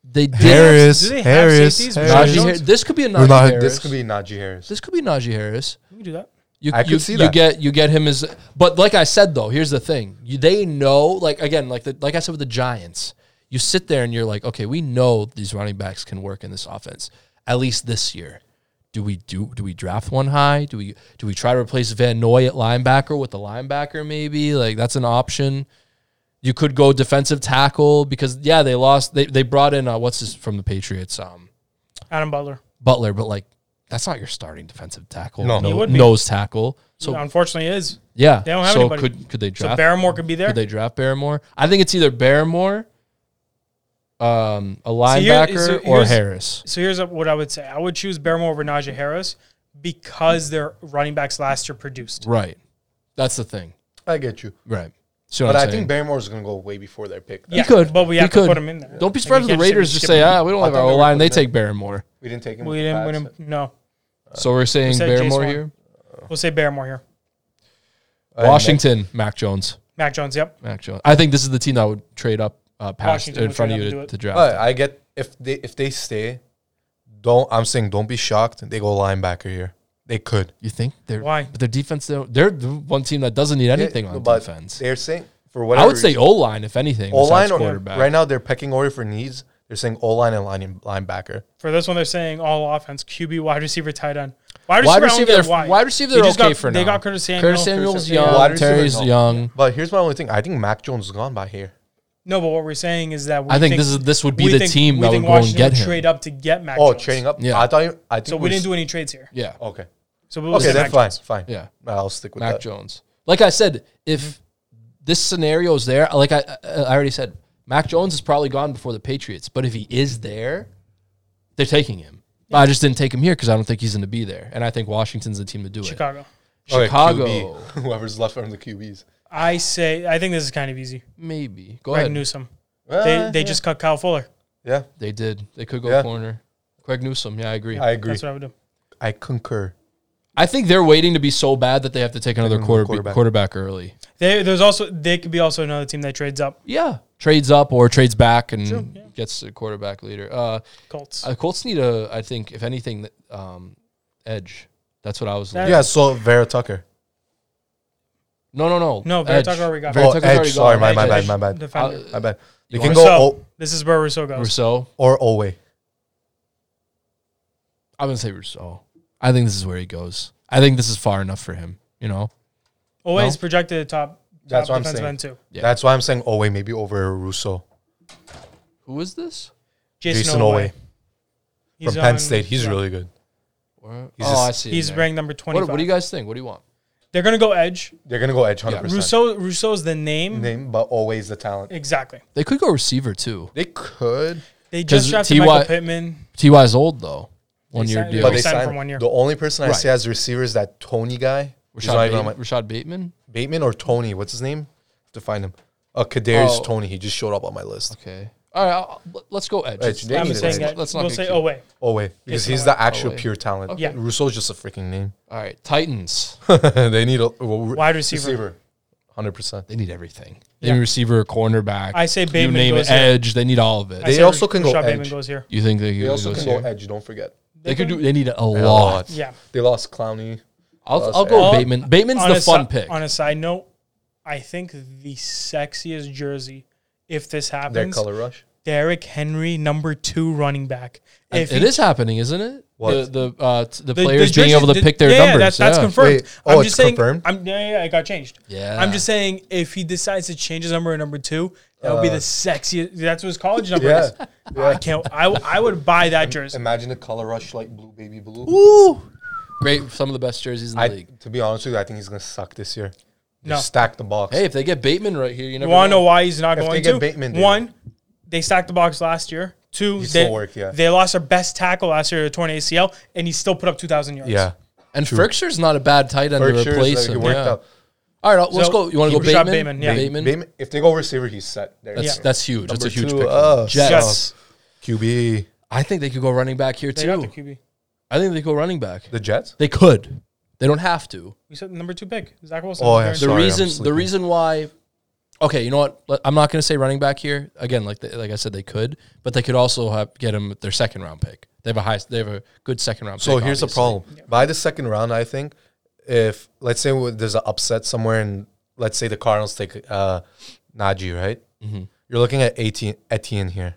they did.
Harris,
do they have
Harris,
safeties?
Harris.
Najee
Jones?
Har- this could be a
We're
Najee
not-
Harris.
this could be Najee Harris.
this could be Najee Harris.
We can do that.
You,
I
you,
could see
you
that.
get you get him as, but like I said though, here's the thing: you, they know, like again, like the, like I said with the Giants, you sit there and you're like, okay, we know these running backs can work in this offense at least this year. Do we do do we draft one high? Do we do we try to replace Van Noy at linebacker with a linebacker maybe? Like that's an option. You could go defensive tackle because yeah, they lost. They they brought in uh, what's this from the Patriots? Um,
Adam Butler.
Butler, but like that's not your starting defensive tackle.
No.
No-
He would be.
nose tackle. So
unfortunately, is
yeah,
They don't have
so
anybody.
could could they
so
draft?
Barrymore could be there.
could they draft Barrymore? I think it's either Barrymore, um, a
here-
linebacker,
so
or
here's-
Harris.
so here's what I would say: I would choose Barrymore over Najee Harris because their running backs last year produced.
Right, that's the thing.
I get you,
Right. See what
but
I'm
I
saying?
think Barrymore's gonna go way before their pick. though.
Yeah,
could.
but we
He
have to
could.
put him in there.
Don't be
Like,
spread
we
to the
can't just
Raiders. Just
skip
say,
him.
ah, we don't
I
have
thought
our
they
O
were
line. They
putting
take Barrymore.
We didn't take him.
we
with the
didn't. We
Pats.
didn't. No,
Uh,
So we're saying
said
Barrymore
Jace
here.
we'll say Barrymore here.
And
Washington, Mac Jones.
Mac Jones. Yep.
Mac Jones. I think this is the team that would trade up uh, past
Washington
in
would
front of
trade
you
up and
to,
do it.
to draft.
But I get if they if they stay, don't I'm saying don't be shocked. They go linebacker here. They could
You think they're
Why?
But their defense, they're, they're the one team that doesn't need anything
Yeah,
on
but
defense.
They're saying for
I
whatever.
would say O line if anything.
O line
besides
or
quarterback.
right now they're pecking order for needs. They're saying O line and line linebacker.
For this one, they're saying all offense: QB, wide receiver, tight end. Wide receiver,
Wide
I don't
receiver,
get
they're-
why.
wide receiver,
They
they're
just
okay
got-
for
they
now.
got Curtis Samuel.
Curtis Samuel's young.
Wide receiver,
Terry's
no.
young.
But here's my only thing. I think Mac Jones is gone by here.
No, but what we're saying is that we
I think this is- this would be
we
the team
we
that would
think
go and
Washington
get
would
him.
Trade up to get Mac.
Oh,
Jones.
trading up.
Yeah.
I thought. You, I think
So we didn't
s-
do any trades here.
Yeah.
Okay.
So we'll
Okay,
say
then
Mac
fine,
Jones.
fine.
Yeah.
I'll stick with
Mac
that.
Jones. Like I said, if this scenario is there, like I, I I already said, Mac Jones is probably gone before the Patriots. But if he is there, they're taking him. But I just didn't take him here because I don't think he's going to be there, and I think Washington's the team to do it.
Chicago.
Okay,
Chicago,
QB. Whoever's left from the QBs.
I say I think this is kind of easy.
maybe. Go
Greg
ahead.
Newsom.
Eh,
They they
yeah.
just cut Kyle Fuller.
yeah.
They did. They could go
Yeah.
corner. Craig Newsom. Yeah, I agree.
I agree.
That's what I would do.
I concur.
I think they're waiting to be so bad that they have to take another
another
quarter, quarterback.
quarterback.
early.
They, there's also they could be also another team that trades up.
Yeah, trades up or trades back and
True, yeah.
gets a quarterback later. Uh,
Colts.
uh, Colts need a, I think, if anything, um, edge. That's what I was.
That-
looking-
Yeah. So Vera Tucker.
No, no, no.
No, Vera Tucker already got
Vera
Oh,
Tucker's
edge,
already gone.
sorry, my
Edge,
bad,
edge.
my bad.
Defender.
Uh,
I bet they
You
can
wanna-
go
Rousseau.
o-
this is where Rousseau goes.
Uh, Rousseau.
or away.
I'm gonna say Rousseau. I think this is where he goes. I think this is far enough for him. You know,
Always
No.
projected top.
That's
top
what I'm
defensive
saying.
end too.
Yeah.
That's why I'm saying Owe maybe over Russo.
who is this?
Jason,
Jason Owe
Owe.
from
He's
Penn
on-
State. He's
yeah.
really good.
Where-
He's
oh,
just-
I see. him
He's
there.
ranked number twenty
What,
five.
what do you guys think? What do you want?
They're gonna go edge.
They're gonna go edge hundred percent.
Rousseau Rousseau's the name.
Name, but always the talent.
Exactly.
They could go receiver too.
They could,
They
'Cause
just drafted
T.Y.
Michael Pittman.
Ty's old though. One year
signed-
deal.
but they
signed
signed
for one year.
The only person I
Right.
see as receiver is that Tony guy. He's
Rashad,
not even
Bateman,
on my-
Rashad Bateman.
Bateman or Tony. What's his name? have to find him. Uh, Kadarius
Oh.
Tony. He just showed up on my list.
Okay. All right. I'll, let- let's go edge.
Edge, they
I'm
need
let's,
it.
saying
let's-
that.
let's not
we'll
get
say
cute.
oh wait.
Owe because
Jason
he's
Owe.
the actual
Owe.
pure talent.
Okay.
Yeah. Russo's just a freaking name.
All right. Titans.
they need a well, re-
Wide receiver.
Hundred percent.
They need everything. They
Yeah.
need receiver, cornerback.
I say
you
Bateman
name
goes
it,
here.
edge. They need all of it.
I
They
say
also can go
Rashad Bateman
edge.
goes here.
you think they, could
They also
go
can
here?
go edge. Don't forget.
They could do. They need a lot.
A lot.
Yeah.
They lost Clowney.
I'll,
Us
I'll go
edge.
Bateman. Bateman's
On
the
a si-
fun pick.
On a side note, I think the sexiest jersey, if this
Their
happens,
color rush.
Derrick Henry, number two running back. If
it
he-
is happening, isn't it?
What?
The the, uh, t- the
the- the
players being
jersey-
able to
the-
pick their
yeah, yeah,
numbers.
that- that's
yeah.
confirmed.
Wait, oh,
I'm
it's
just saying.
confirmed?
I'm, yeah, yeah, yeah, it got changed.
Yeah.
I'm just saying, if he decides to change his number to number two, that would be the sexiest. That's what his college number
Uh. Yeah.
is. I can't. I, I would buy that jersey.
Imagine a color rush like blue baby blue.
Ooh. Great. Some of the best jerseys in the
I,
league.
to be honest with you, I think he's gonna suck this year.
No.
Just Stack the box.
Hey, if they get Bateman right here, you never
You want to know why he's not
If they
going
get
to?
Bateman, dude.
One, they stacked the box last year. Two,
He
they,
still worked, yeah.
they lost their best tackle last year to a torn ACL, and he still put up 2,000 yards.
yeah.
And Fricksure's not a bad tight end
For
to
sure,
replace him.
like, uh, he worked
yeah.
out.
All right, let's
So,
go. You want to go
he was shot
Bateman?
Bateman, yeah.
Bateman.
Bateman- if they go receiver, he's set. There.
That's
Yeah.
that's huge.
Number
that's a huge
two,
pick. for
uh,
them. Jets.
Jets.
QB.
I think they could go running back here
They got the
too.
QB.
I think they could go running back.
The Jets.
They could. They don't have to.
We said the number two pick. Zach Wilson.
Oh, yeah,
Darren-
The
Sorry, I'm
reason the
sleeping.
reason why Okay, you know what? Let- I'm not going to say running back here. Again, like the, like I said they could, but they could also have, get him their second round pick. They have a high they have a good second round
So
pick.
here's the
obviously.
problem. By the second round, I think if let's say there's an upset somewhere, and let's say the Cardinals take uh, Najee, right? You're looking at 18 Etienne here.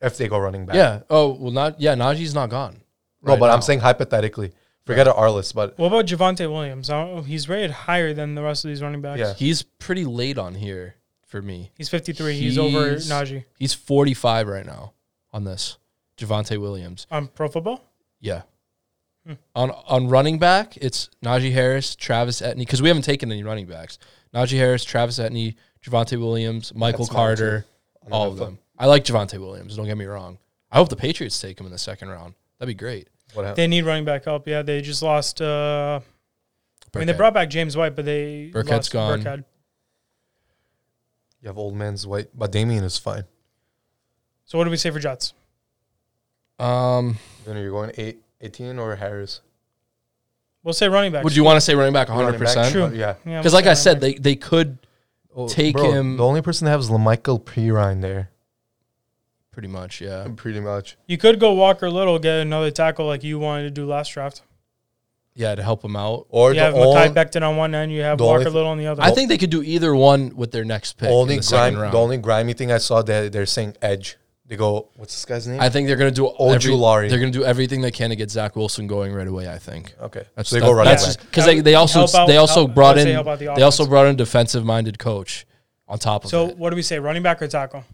If they go running back.
Yeah. Oh well, not yeah. Najee's not gone.
No,
right
but
now.
I'm saying hypothetically. Forget our list, but
What about Javante Williams? I don't, he's rated higher than the rest of these running backs.
Yeah.
he's pretty late on here for me.
He's 53. He's, over
He's-
Najee
He's 45 right now on this. Javante Williams.
on Pro Football.
Yeah.
Hmm.
On on running back, it's Najee Harris, Travis Etney, because we haven't taken any running backs. Najee Harris, Travis Etney, Javante Williams, Michael
That's mine
Carter,
too.
all of
NFL.
them. I like Javante Williams, don't get me wrong. I hope the Patriots take him in the second round. That'd be great.
what happened?
They need running back help. Yeah, they just lost. Uh, I mean, they
Burkhead.
brought back James White, but they
Burkhead's
lost
gone.
Burkhead.
You have old man's white, but Damien is fine.
So what do we say for Jets?
Um,
Then you're going eight, 18 or Harris.
We'll say running back.
would you want to say running back
Running back,
100%?
True.
but Yeah.
Yeah,
Because like
we'll say
I
running
said,
back.
they they could
Oh,
Take him-
The only person they have is Lamichael Pirine there.
pretty much, yeah.
Pretty much.
you could go Walker Little get another tackle like you wanted to do last draft.
Yeah, to help him out.
Or
You have
the, only,
Makai Becton on one end. You have
the only
Walker
th-
Little on the other.
I think they could do either one with their next pick
only
in the second
grime,
round.
the only grimy thing I saw that they're saying edge. They go, what's this guy's name?
I think they're going to do every,
Ojulari.
They're going to do everything they can to get Zach Wilson going right away. I think.
okay.
That's
so they go running
that's
back.
just-
because they, they also
Help out-
they also
help-
brought
I'd say
in
help out the
they also
offense.
brought in defensive minded coach on top of
so.
it.
What do we say? Running back or tackle?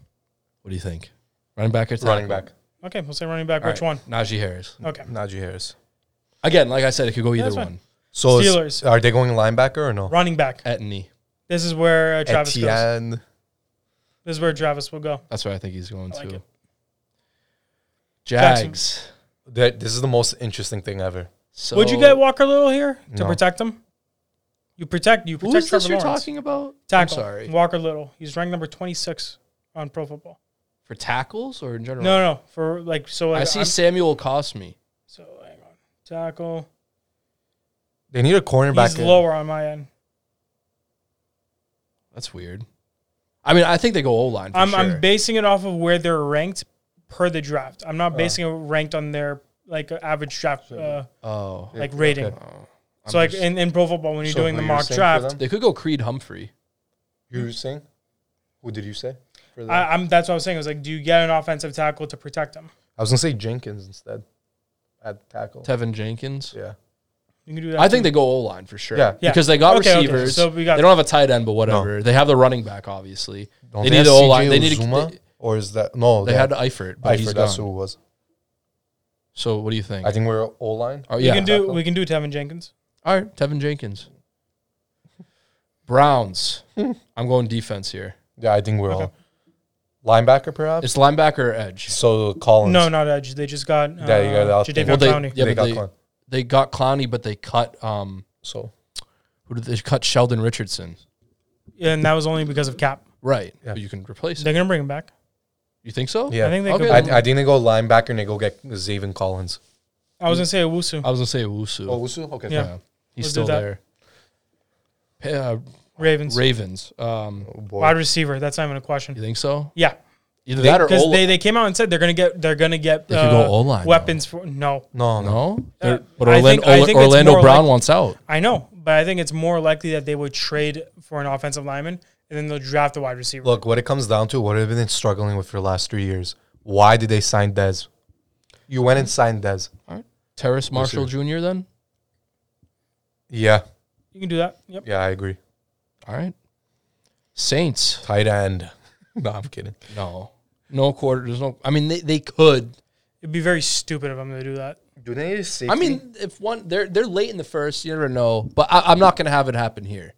What do you think? Running back or tackle?
running back.
Okay, we'll say running back.
All
Which
right,
one?
Najee Harris.
Okay.
Najee Harris.
Again, like I said, it could go either
that's
one.
fine.
So is-
Steelers.
are they going linebacker or no?
Running back.
Etney.
This is where uh, Travis goes.
Etienne.
This is where Travis will go.
That's where I think he's going
I like
to.
it.
Jags.
That- this is the most interesting thing ever.
So
Would you get Walker Little here to
No.
protect him? You protect. You
Who is
protect
this
Trevor
you're
Lawrence.
talking about?
Tackle.
I'm sorry.
Walker Little. He's ranked number 26 on Pro Football.
For tackles or in general?
No, no, no. For like so. Like,
I see
I'm-
Samuel Cosme.
So hang on. Tackle.
They need a cornerback.
He's
in.
lower on my end.
That's weird. I mean, I think they go O line.
I'm
sure.
I'm basing it off of where they're ranked per the draft. I'm
Uh.
not basing it ranked on their like average draft uh,
oh,
like rating.
okay.
So like in, in pro football when you're
So
doing
who
the
you're
mock
saying for
draft,
them?
They could go Creed Humphrey.
You were saying? Who did you say? For them?
I, I'm that's what I was saying. I was like, do you get an offensive tackle to protect him?
I was gonna say Jenkins instead. At tackle.
Tevin Jenkins.
yeah.
You can do that.
I think
too.
they go O line for sure.
Yeah.
Yeah.
Because they got
Okay, okay.
receivers.
So we got-
they don't have a tight end, but whatever. They have the running back, obviously.
Don't
they, need
have
the O
CJ
line. They need
Uzuma?
a, they,
or is that no?
they had Eifert, but
I
he's
forgot
gone.
that's who it was.
So what do you think?
I think we're O line.
oh,
we
yeah.
can do
tackle.
we can do Tevin Jenkins.
All right, Tevin Jenkins. Browns. I'm going defense here.
Yeah, I think we're
Okay.
all linebacker perhaps.
It's linebacker or edge.
so Collins.
No, not edge. They just got uh,
Yeah, you got out there.
Jadavion
Well, they-
Clowney.
yeah,
they
but
got
they-
Collins.
They got Clowney, but they cut um
So
who did they cut Sheldon Richardson.
and that was only because of cap.
Right.
Yeah.
But you can replace him.
They're gonna bring him back.
You think so?
yeah,
I think they
Okay.
could.
I,
I,
I think they go linebacker and they go get Zaven Collins.
was gonna say Owusu.
I was gonna say Wusu.
Oh, Wusu? Okay.
Yeah.
fine.
He's
Let's do
still
that.
there. Pa- uh,
Ravens
Ravens. Um,
Oh, boy.
wide receiver. That's not even a
you
question.
think so?
Yeah,
Either that or
because
O-
they, they came out and said they're gonna get they're gonna get uh,
They could go O-line, though.
weapons for no.
No, no.
no. They're- but
I
Orlando,
think- I think it's
Orlando
more
Brown
like-
wants out.
I know, but I think it's more likely that they would trade for an offensive lineman and then they'll draft a wide receiver.
Look, what it comes down to, what have they been struggling with for the last three years? Why did they sign Dez? You went and signed Dez.
Terrace Marshall Jr. Then
Yeah,
You can do that. Yep.
yeah, I agree.
all right. Saints.
Tight end. no, I'm kidding.
No. No quarter. There's no. I mean, they, they could.
It'd be very stupid of them to do that.
Do they need a safety?
I mean, if one they're they're late in the first, you never know. But I, I'm not gonna have it happen here.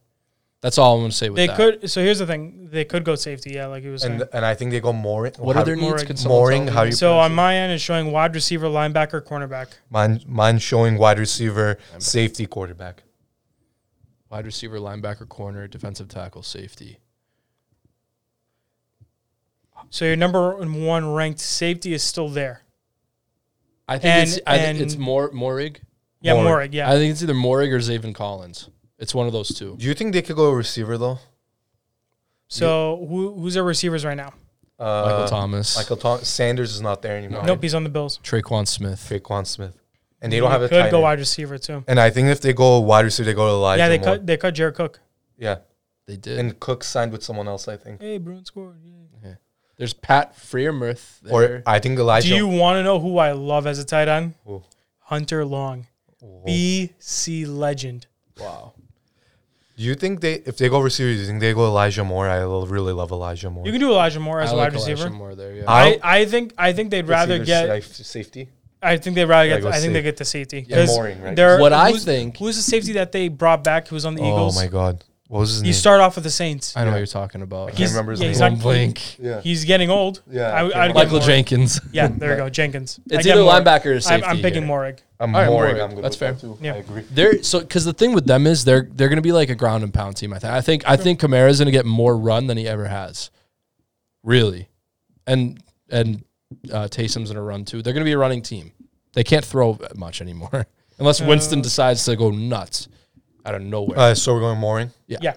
That's all I'm gonna say with
They
that.
could. So here's the thing: they could go safety. Yeah, like he was saying.
and and I think they go more.
What are their needs?
Mooring.
Could someone tell
Mooring,
me?
how you
so on my end, it's showing wide receiver, linebacker, cornerback.
mine, mine showing wide receiver, safety, quarterback.
wide receiver, linebacker, corner, defensive tackle, safety.
So your number one ranked safety is still there.
I think
And-
it's I think it's
and-
more Morig.
Yeah,
Mooring.
Morig. Yeah,
I think it's either Morig or Zaven Collins. It's one of those two.
Do you think they could go receiver though?
So who, who's their receivers right now?
Uh,
Michael Thomas,
Michael Thomas. Sanders is not there anymore.
Nope, he's on the Bills.
Traquan Smith.
Traquan Smith, and they don't have a
could
tight
go
end.
wide receiver too.
And I think if they go wide receiver, they go to Elijah.
yeah, they
Moore.
cut they cut Jared Cook.
Yeah,
They did.
and Cook signed with someone else. I think.
Hey, Bruin scored. Yeah.
There's Pat Freiermuth.
Or I think Elijah.
Do you want to know who I love as a tight end?
Who?
Hunter Long, BC legend.
wow.
Do you think they if they go receiver, do you think they go Elijah Moore? I will really love Elijah Moore.
You can do Elijah Moore
I
as a
like
wide receiver.
Elijah Moore there. Yeah.
I, I think I think they'd rather get
safety.
I think they'd rather get
Gotta go
I think
safe.
they get the safety
Yeah,
because
Mooring, right?
they're-
What I
who's-
think-
who's the safety that they brought back who was on the Eagles
Oh my god, what was his
you
name?
start off with the Saints
I know
Yeah.
what you're talking about.
can't
he's,
remember his
yeah,
name.
he's,
One
not,
blink.
yeah,
he's getting old
Yeah,
I,
I can't
I'd get
remember.
Michael
Moore.
Jenkins.
yeah there we go Jenkins
It's
I'd get
either
Moore.
linebacker or safety.
I'm, I'm picking
here.
Moore.
I'm
All right,
Mooring.
Mooring.
I'm good
That's
with
fair.
that too.
Yeah.
I agree.
They're so because the thing with them is they're they're going to be like a ground and pound team. I think. I think I think Kamara's going to get more run than he ever has, really, and and uh, Taysom's going to run too. They're going to be a running team. They can't throw much anymore unless Winston decides to go nuts out of nowhere.
Uh, so we're going Mooring.
yeah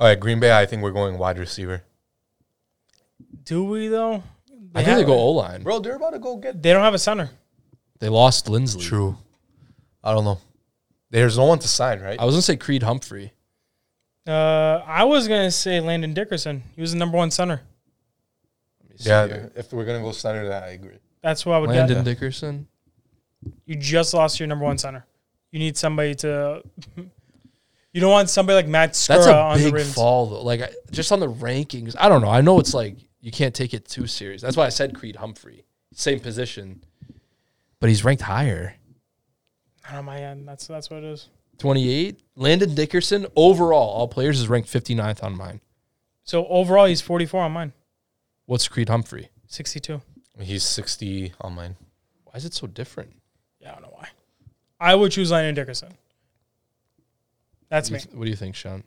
All right, Green Bay. I think we're going wide receiver.
do we though
I think they
have-
go O line.
Bro, they're about to go get.
they don't have a center
They lost Lindsley.
True. I don't know. There's no one to sign, right?
I was going to say Creed Humphrey.
uh, I was gonna say Landon Dickerson he was the number one center
Let me see
Yeah,
here.
if we're gonna go center, that I agree.
that's what I would
Landon
get
Dickerson.
you just lost your number one center you need somebody to you don't want somebody like Matt Skura
That's a
uh, on the
big
rims
fall though. Like I, just on the rankings, I don't know. I know it's like you can't take it too serious. That's why I said Creed Humphrey, same position, but he's ranked higher.
I don't know, my end. That's that's what it is.
28. Landon Dickerson overall, all players is ranked 59th on mine.
So overall, he's 44 on mine,
What's Creed Humphrey?
62.
He's 60 on mine.
Why is it so different?
Yeah, I don't know why. I would choose Landon Dickerson. That's
What do you,
me.
th- what do you think, Sean?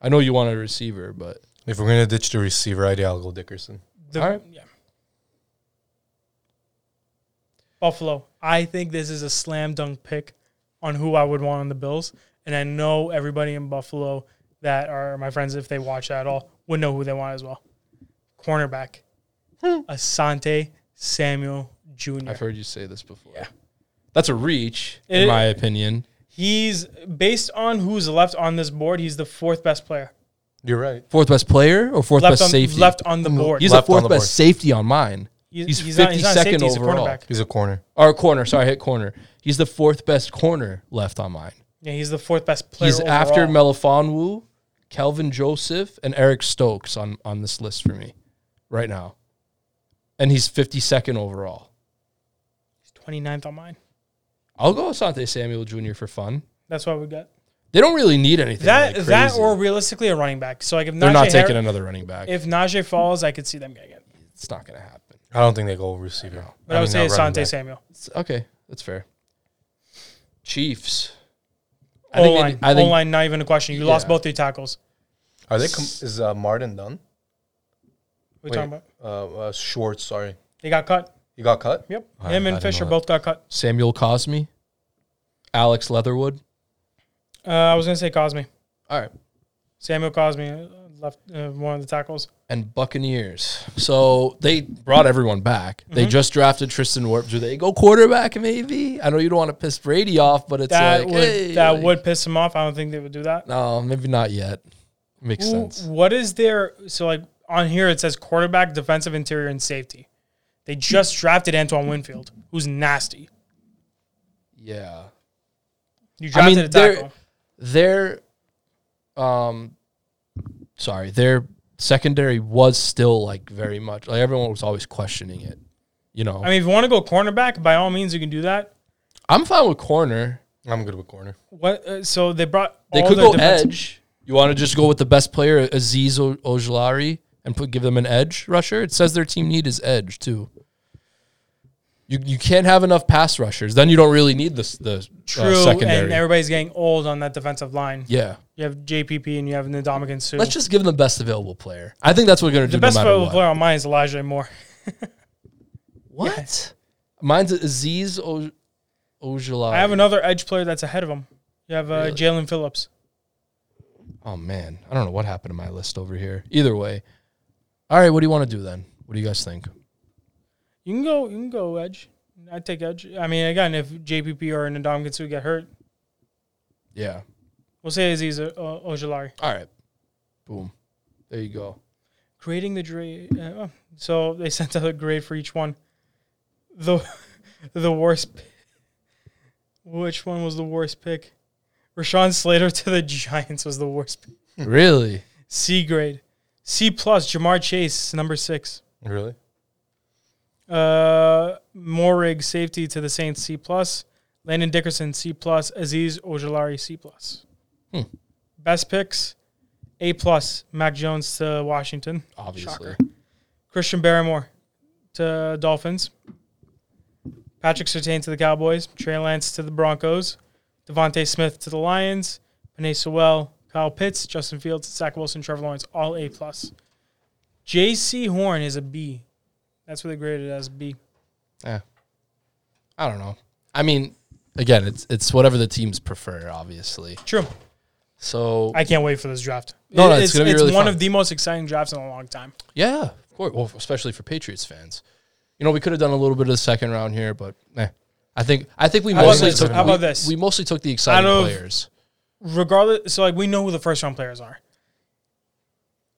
I know you want a receiver, but
If we're gonna ditch the receiver idea, I'll go Dickerson.
The-
All right.
Yeah. Buffalo. I think this is a slam dunk pick on who I would want on the Bills, and I know everybody in Buffalo that are my friends, if they watch that at all, would know who they want as well. Cornerback, Asante Samuel Jr.
I've heard you say this before. That's a reach,
It-
in my opinion.
He's based on who's left on this board. He's the fourth best player
You're right.
Fourth best player or fourth
left
best
on
safety?
left on the board.
he's
Left
the
on
fourth
the board.
best safety on mine. He's, 52nd overall.
He's a corner.
or corner. Sorry, I hit corner. He's the fourth best corner left on mine.
Yeah, he's the fourth best player.
He's after
overall.
Melifonwu, Kelvin Joseph, and Eric Stokes on on this list for me right now, and he's fifty second overall.
He's 29th on mine.
I'll go Asante Samuel Jr. for fun.
That's what we got.
They don't really need anything
That
like
that
crazy.
or realistically a running back. So like if
they're
Najee
not
Har-
taking another running back.
if Najee falls, I could see them getting it.
it's not going to happen.
I don't think they go receiver.
But I, would say
mean, not running
Asante
back.
Samuel.
It's, okay, that's fair. Chiefs. I
O
think,
line,
it- I
O
think
line, not even a question. You
Yeah.
lost both your tackles.
Are they? Com- is uh, Martin done?
What are
Wait,
you talking about?
Uh, uh, Schwartz. Sorry,
They got cut.
he got cut.
Yep.
I-
Him
I
and
didn't
Fisher
know
both got cut.
Samuel Cosme, Alex Leatherwood.
Uh, I was gonna say Cosme.
All right.
Samuel Cosme uh, left uh, one of the tackles.
and Buccaneers. So they brought everyone back. They
Mm-hmm.
just drafted Tristan Warp. Do they go quarterback maybe? I know you don't want to piss Brady off, but it's
That
like
would
hey,
that
like,
would piss him off. I don't think they would do that.
no, maybe not yet. Makes
Who-
sense.
What is their so like on here? It says quarterback, defensive interior, and safety. They just drafted Antoine Winfield, who's nasty.
Yeah.
You
I mean,
drafted a
they're-
tackle.
Their um sorry, their secondary was still like very much like everyone was always questioning it. You know.
I mean, if you want to go cornerback, by all means, you can do that.
I'm fine with corner.
I'm good with corner.
What? Uh, so they brought
They
all
could
their
go
defensive-
edge. You want to just go with the best player, Aziz O- Ojolari, and put give them an edge rusher? It says their team need is edge too. You you can't have enough pass rushers. Then you don't really need this the
True,
uh,
and
secondary.
everybody's getting old on that defensive line.
yeah,
You have JPP and you have Ndamukong Sue.
let's just give them the best available player. I think that's what we're gonna
the
do.
best
no matter
available
what.
player on mine is Elijah Moore.
What? Mine's Aziz o- Ojolari.
I have another edge player that's ahead of him. You have uh,
Really?
Jalen Phillips.
Oh man, I don't know what happened to my list over here. Either way, all right. What do you want to do then? What do you guys think?
You can go. You can go edge. I would take edge. I mean, again, if JPP or Ndamukong Sue get hurt,
Yeah.
We'll say Aziz uh, Ojolari.
All right. Boom. There you go.
grading the grade. Uh, oh, so they sent out a grade for each one. The the worst. p- Which one was the worst pick? Rashawn Slater to the Giants was the worst pick.
really?
C grade. C plus Jamar Chase number six.
Really?
Uh, Morrig safety to the Saints C plus. Landon Dickerson C plus. Aziz Ojolari C plus.
Hmm.
Best picks. A plus Mac Jones to Washington.
Obviously.
Shocker. Christian Barrymore to Dolphins. Patrick Sertain to the Cowboys. Trey Lance to the Broncos. Devontae Smith to the Lions. Panay Sewell, Kyle Pitts, Justin Fields, Zach Wilson, Trevor Lawrence, all A plus. J.C. Horn is a B. That's what they graded as B.
I don't know. I mean, again, it's it's whatever the teams prefer, obviously.
True.
So
I can't wait for this draft.
No, no, it's gonna be really
one
fun.
of the most exciting drafts in a long time.
yeah, of course. Well, especially for Patriots fans, you know, we could have done a little bit of the second round here, but eh. I think I think we
How about
mostly
this?
took.
How
we-
about this?
We mostly took the exciting
Out of-
players.
regardless, so like we know who the first round players are.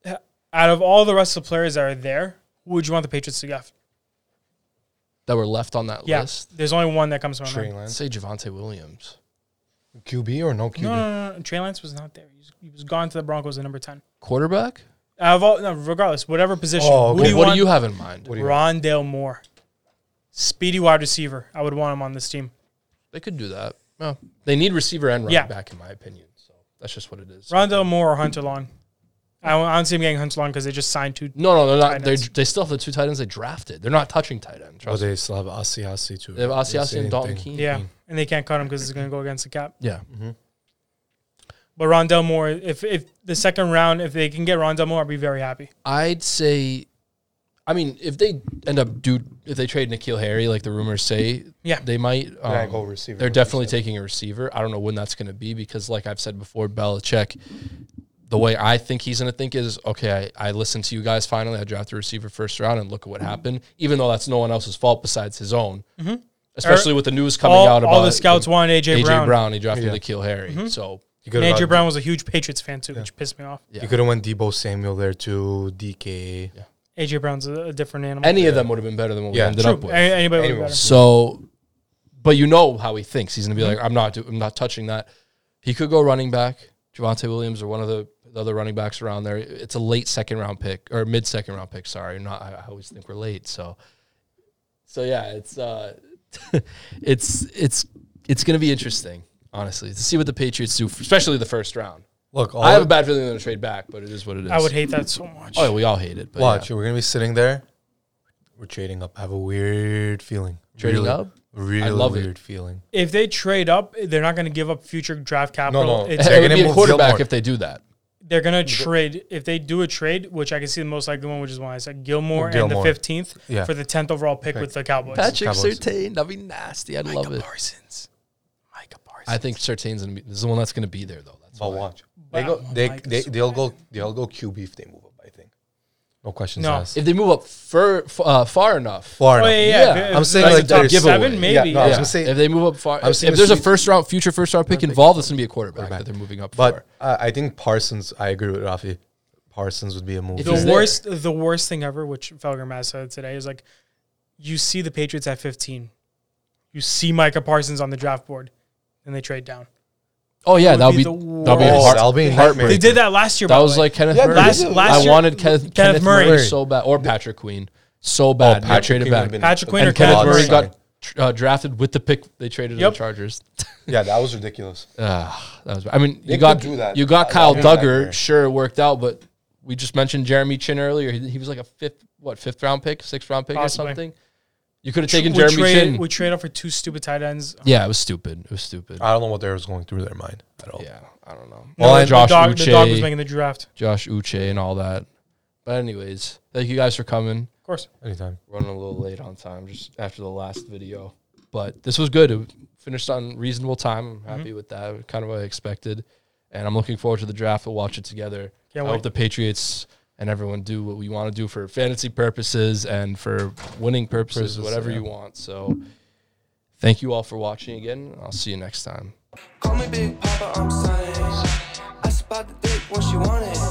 H- Out of all the rest of the players that are there, who would you want the Patriots to get?
that were left on that
Yes,
list.
there's only one that comes to my
Trey
mind.
I'd
Lance.
say Javante Williams.
QB or no QB?
No, no, no, no. Trey Lance was not there. He was, he was gone to the Broncos at number ten.
Quarterback?
Out of all, no, regardless, whatever position,
Oh,
who
Well,
do you
what
want?
do you have in mind?
What do you
Rondale Moore, speedy wide receiver. I would want him on this team.
They could do that. No. They need receiver and running
Yeah.
back, in my opinion. So that's just what it is.
Rondale Moore or Hunter Long. I don't I don't see him getting Hunter Long because they just signed two.
No, no, they're not.
Tight
They
ends.
they still have the two tight ends they drafted. They're not touching tight end.
But
Trust me.
Oh, they still have Asiasi too.
They have
right?
Asiasi and
Same
Dalton
thing.
Keene.
Yeah, and they can't cut him because it's going to go against the cap.
yeah.
But Rondell Moore, if if the second round, if they can get Rondell Moore, I'd be very happy.
I'd say, I mean, if they end up do if they trade Nikhil Harry, like the rumors say,
Yeah.
they might.
They're gonna
um,
go receiver.
They're definitely taking a receiver. I don't know when that's going to be because, like I've said before, Belichick, the way I think he's going to think is okay, I, I listened to you guys finally. I drafted a receiver first round and look at what happened, even though that's no one else's fault besides his own. Especially with the news coming
Mm-hmm. Er, all,
out about
all the scouts want AJ,
AJ Brown.
Brown.
He drafted
Yeah. Mm-hmm.
the Nikhil Harry. So,
You
And
could
AJ
have
Brown was a huge Patriots fan too, which pissed me off.
Yeah.
You could have went Debo Samuel there too. DK.
AJ Brown's a, a different animal.
any of them would have been better than what we
Yeah.
ended
True.
up with.
A- anybody would be
Anyone.
better.
So, but you know how he thinks. He's gonna be like, I'm not, do- I'm not touching that. He could go running back, Javante Williams or one of the, the other running backs around there. It's a late second round pick or mid second round pick. Sorry, not. I I always think we're late. So, so yeah, it's uh, it's it's it's gonna be interesting, honestly, to see what the Patriots do, especially the first round.
Look, all
I have a
of-
bad feeling they're gonna trade back, but it is what it is.
I would hate that so much.
Oh, yeah, we all hate it. But
watch.
yeah.
We're gonna be sitting there. We're trading up. I have a weird feeling.
trading
Really-
up.
Really
love it.
weird feeling.
If they trade up, they're not going to give up future draft capital.
no.
It's,
It
They're
would
gonna
be a
move
quarterback
Gilmore.
if they do that.
they're going to trade if they do a trade, which I can see the most likely one, which is one I said Gilmore, and the
Gilmore.
fifteenth
Yeah.
for the tenth overall pick with the Cowboys.
Patrick
Cowboys.
Sertain, that'd be nasty. I'd love it.
Parsons, Micah Parsons.
I think Sertain's gonna be this is the one that's gonna be there though. That's
But
why.
watch. They
Wow,
go.
my
They
mic
they
is
they'll go. They'll go QB if they move up. I think. No questions
No.
asked.
If they move up fur, f- uh, far enough,
Far
Oh
enough.
yeah, yeah.
Yeah.
If-
I'm
if
saying
it's
like
the top
there's-
seven,
Yeah,
maybe.
no, I was
Yeah.
gonna say-
if they move up far,
I'm
if,
seeing
if
a
there's a
sweet-
first round future first round pick involved, it's gonna be a quarterback, that they're moving up
But
for.
uh, I think Parsons. I agree with Rafi. Parsons would be a move.
If
there.
he's
the
there.
worst the worst thing ever which felger mass said today is like you see the patriots at 15 you see micah parsons on the draft board and they trade down
Oh yeah,
would
that'll
be
be,
the
that'll be
worst.
heart-
That'll be
they
heartbreaking.
did that last year
That
by the
was
way.
like Kenneth
Yeah,
Murray.
last- last
I
year,
wanted Kenneth,
Kenneth
Kenneth Murray. Oh,
Murray.
so bad, or Patrick Queen so bad. I
Patrick
traded
Queen
back.
would've been-
Patrick Queen or
and Kenneth
Kenneth
Murray
Murray.
got tr- uh, drafted with the pick they traded to
Yep.
the Chargers.
Yeah, that was ridiculous.
Ah, that was. I mean, you
They
got
could do that.
you got
That-
Kyle
that was
Duggar.
nightmare.
Sure, it worked out, but we just mentioned Jeremy Chin earlier. He, he was like a fifth, what fifth round pick, sixth round pick,
Possibly.
or something. You could have taken
we
Jeremy
trade,
Chin.
we trade up for two stupid tight ends
yeah, it was stupid. It was stupid.
I don't know what there was going through their mind at all.
yeah, I don't know.
No,
Well,
the,
and Josh
dog, the dog was
Uche.
making the draft
Josh Uche and all that. But anyways, thank you guys for coming.
of course
Anytime.
Running a little late on time, just after the last video. But this was good. It finished on reasonable time. I'm happy with that. Kind of what I expected, and I'm looking forward to the draft. We'll watch it together.
can't
I
wait
hope the Patriots and everyone do what we want to do for fantasy purposes and for winning purposes,
Purposes,
whatever
yeah.
you want. So, thank you all for watching again. I'll see you next time.
Call me Big Papa, I'm Sonic. I spot the dick when she want it.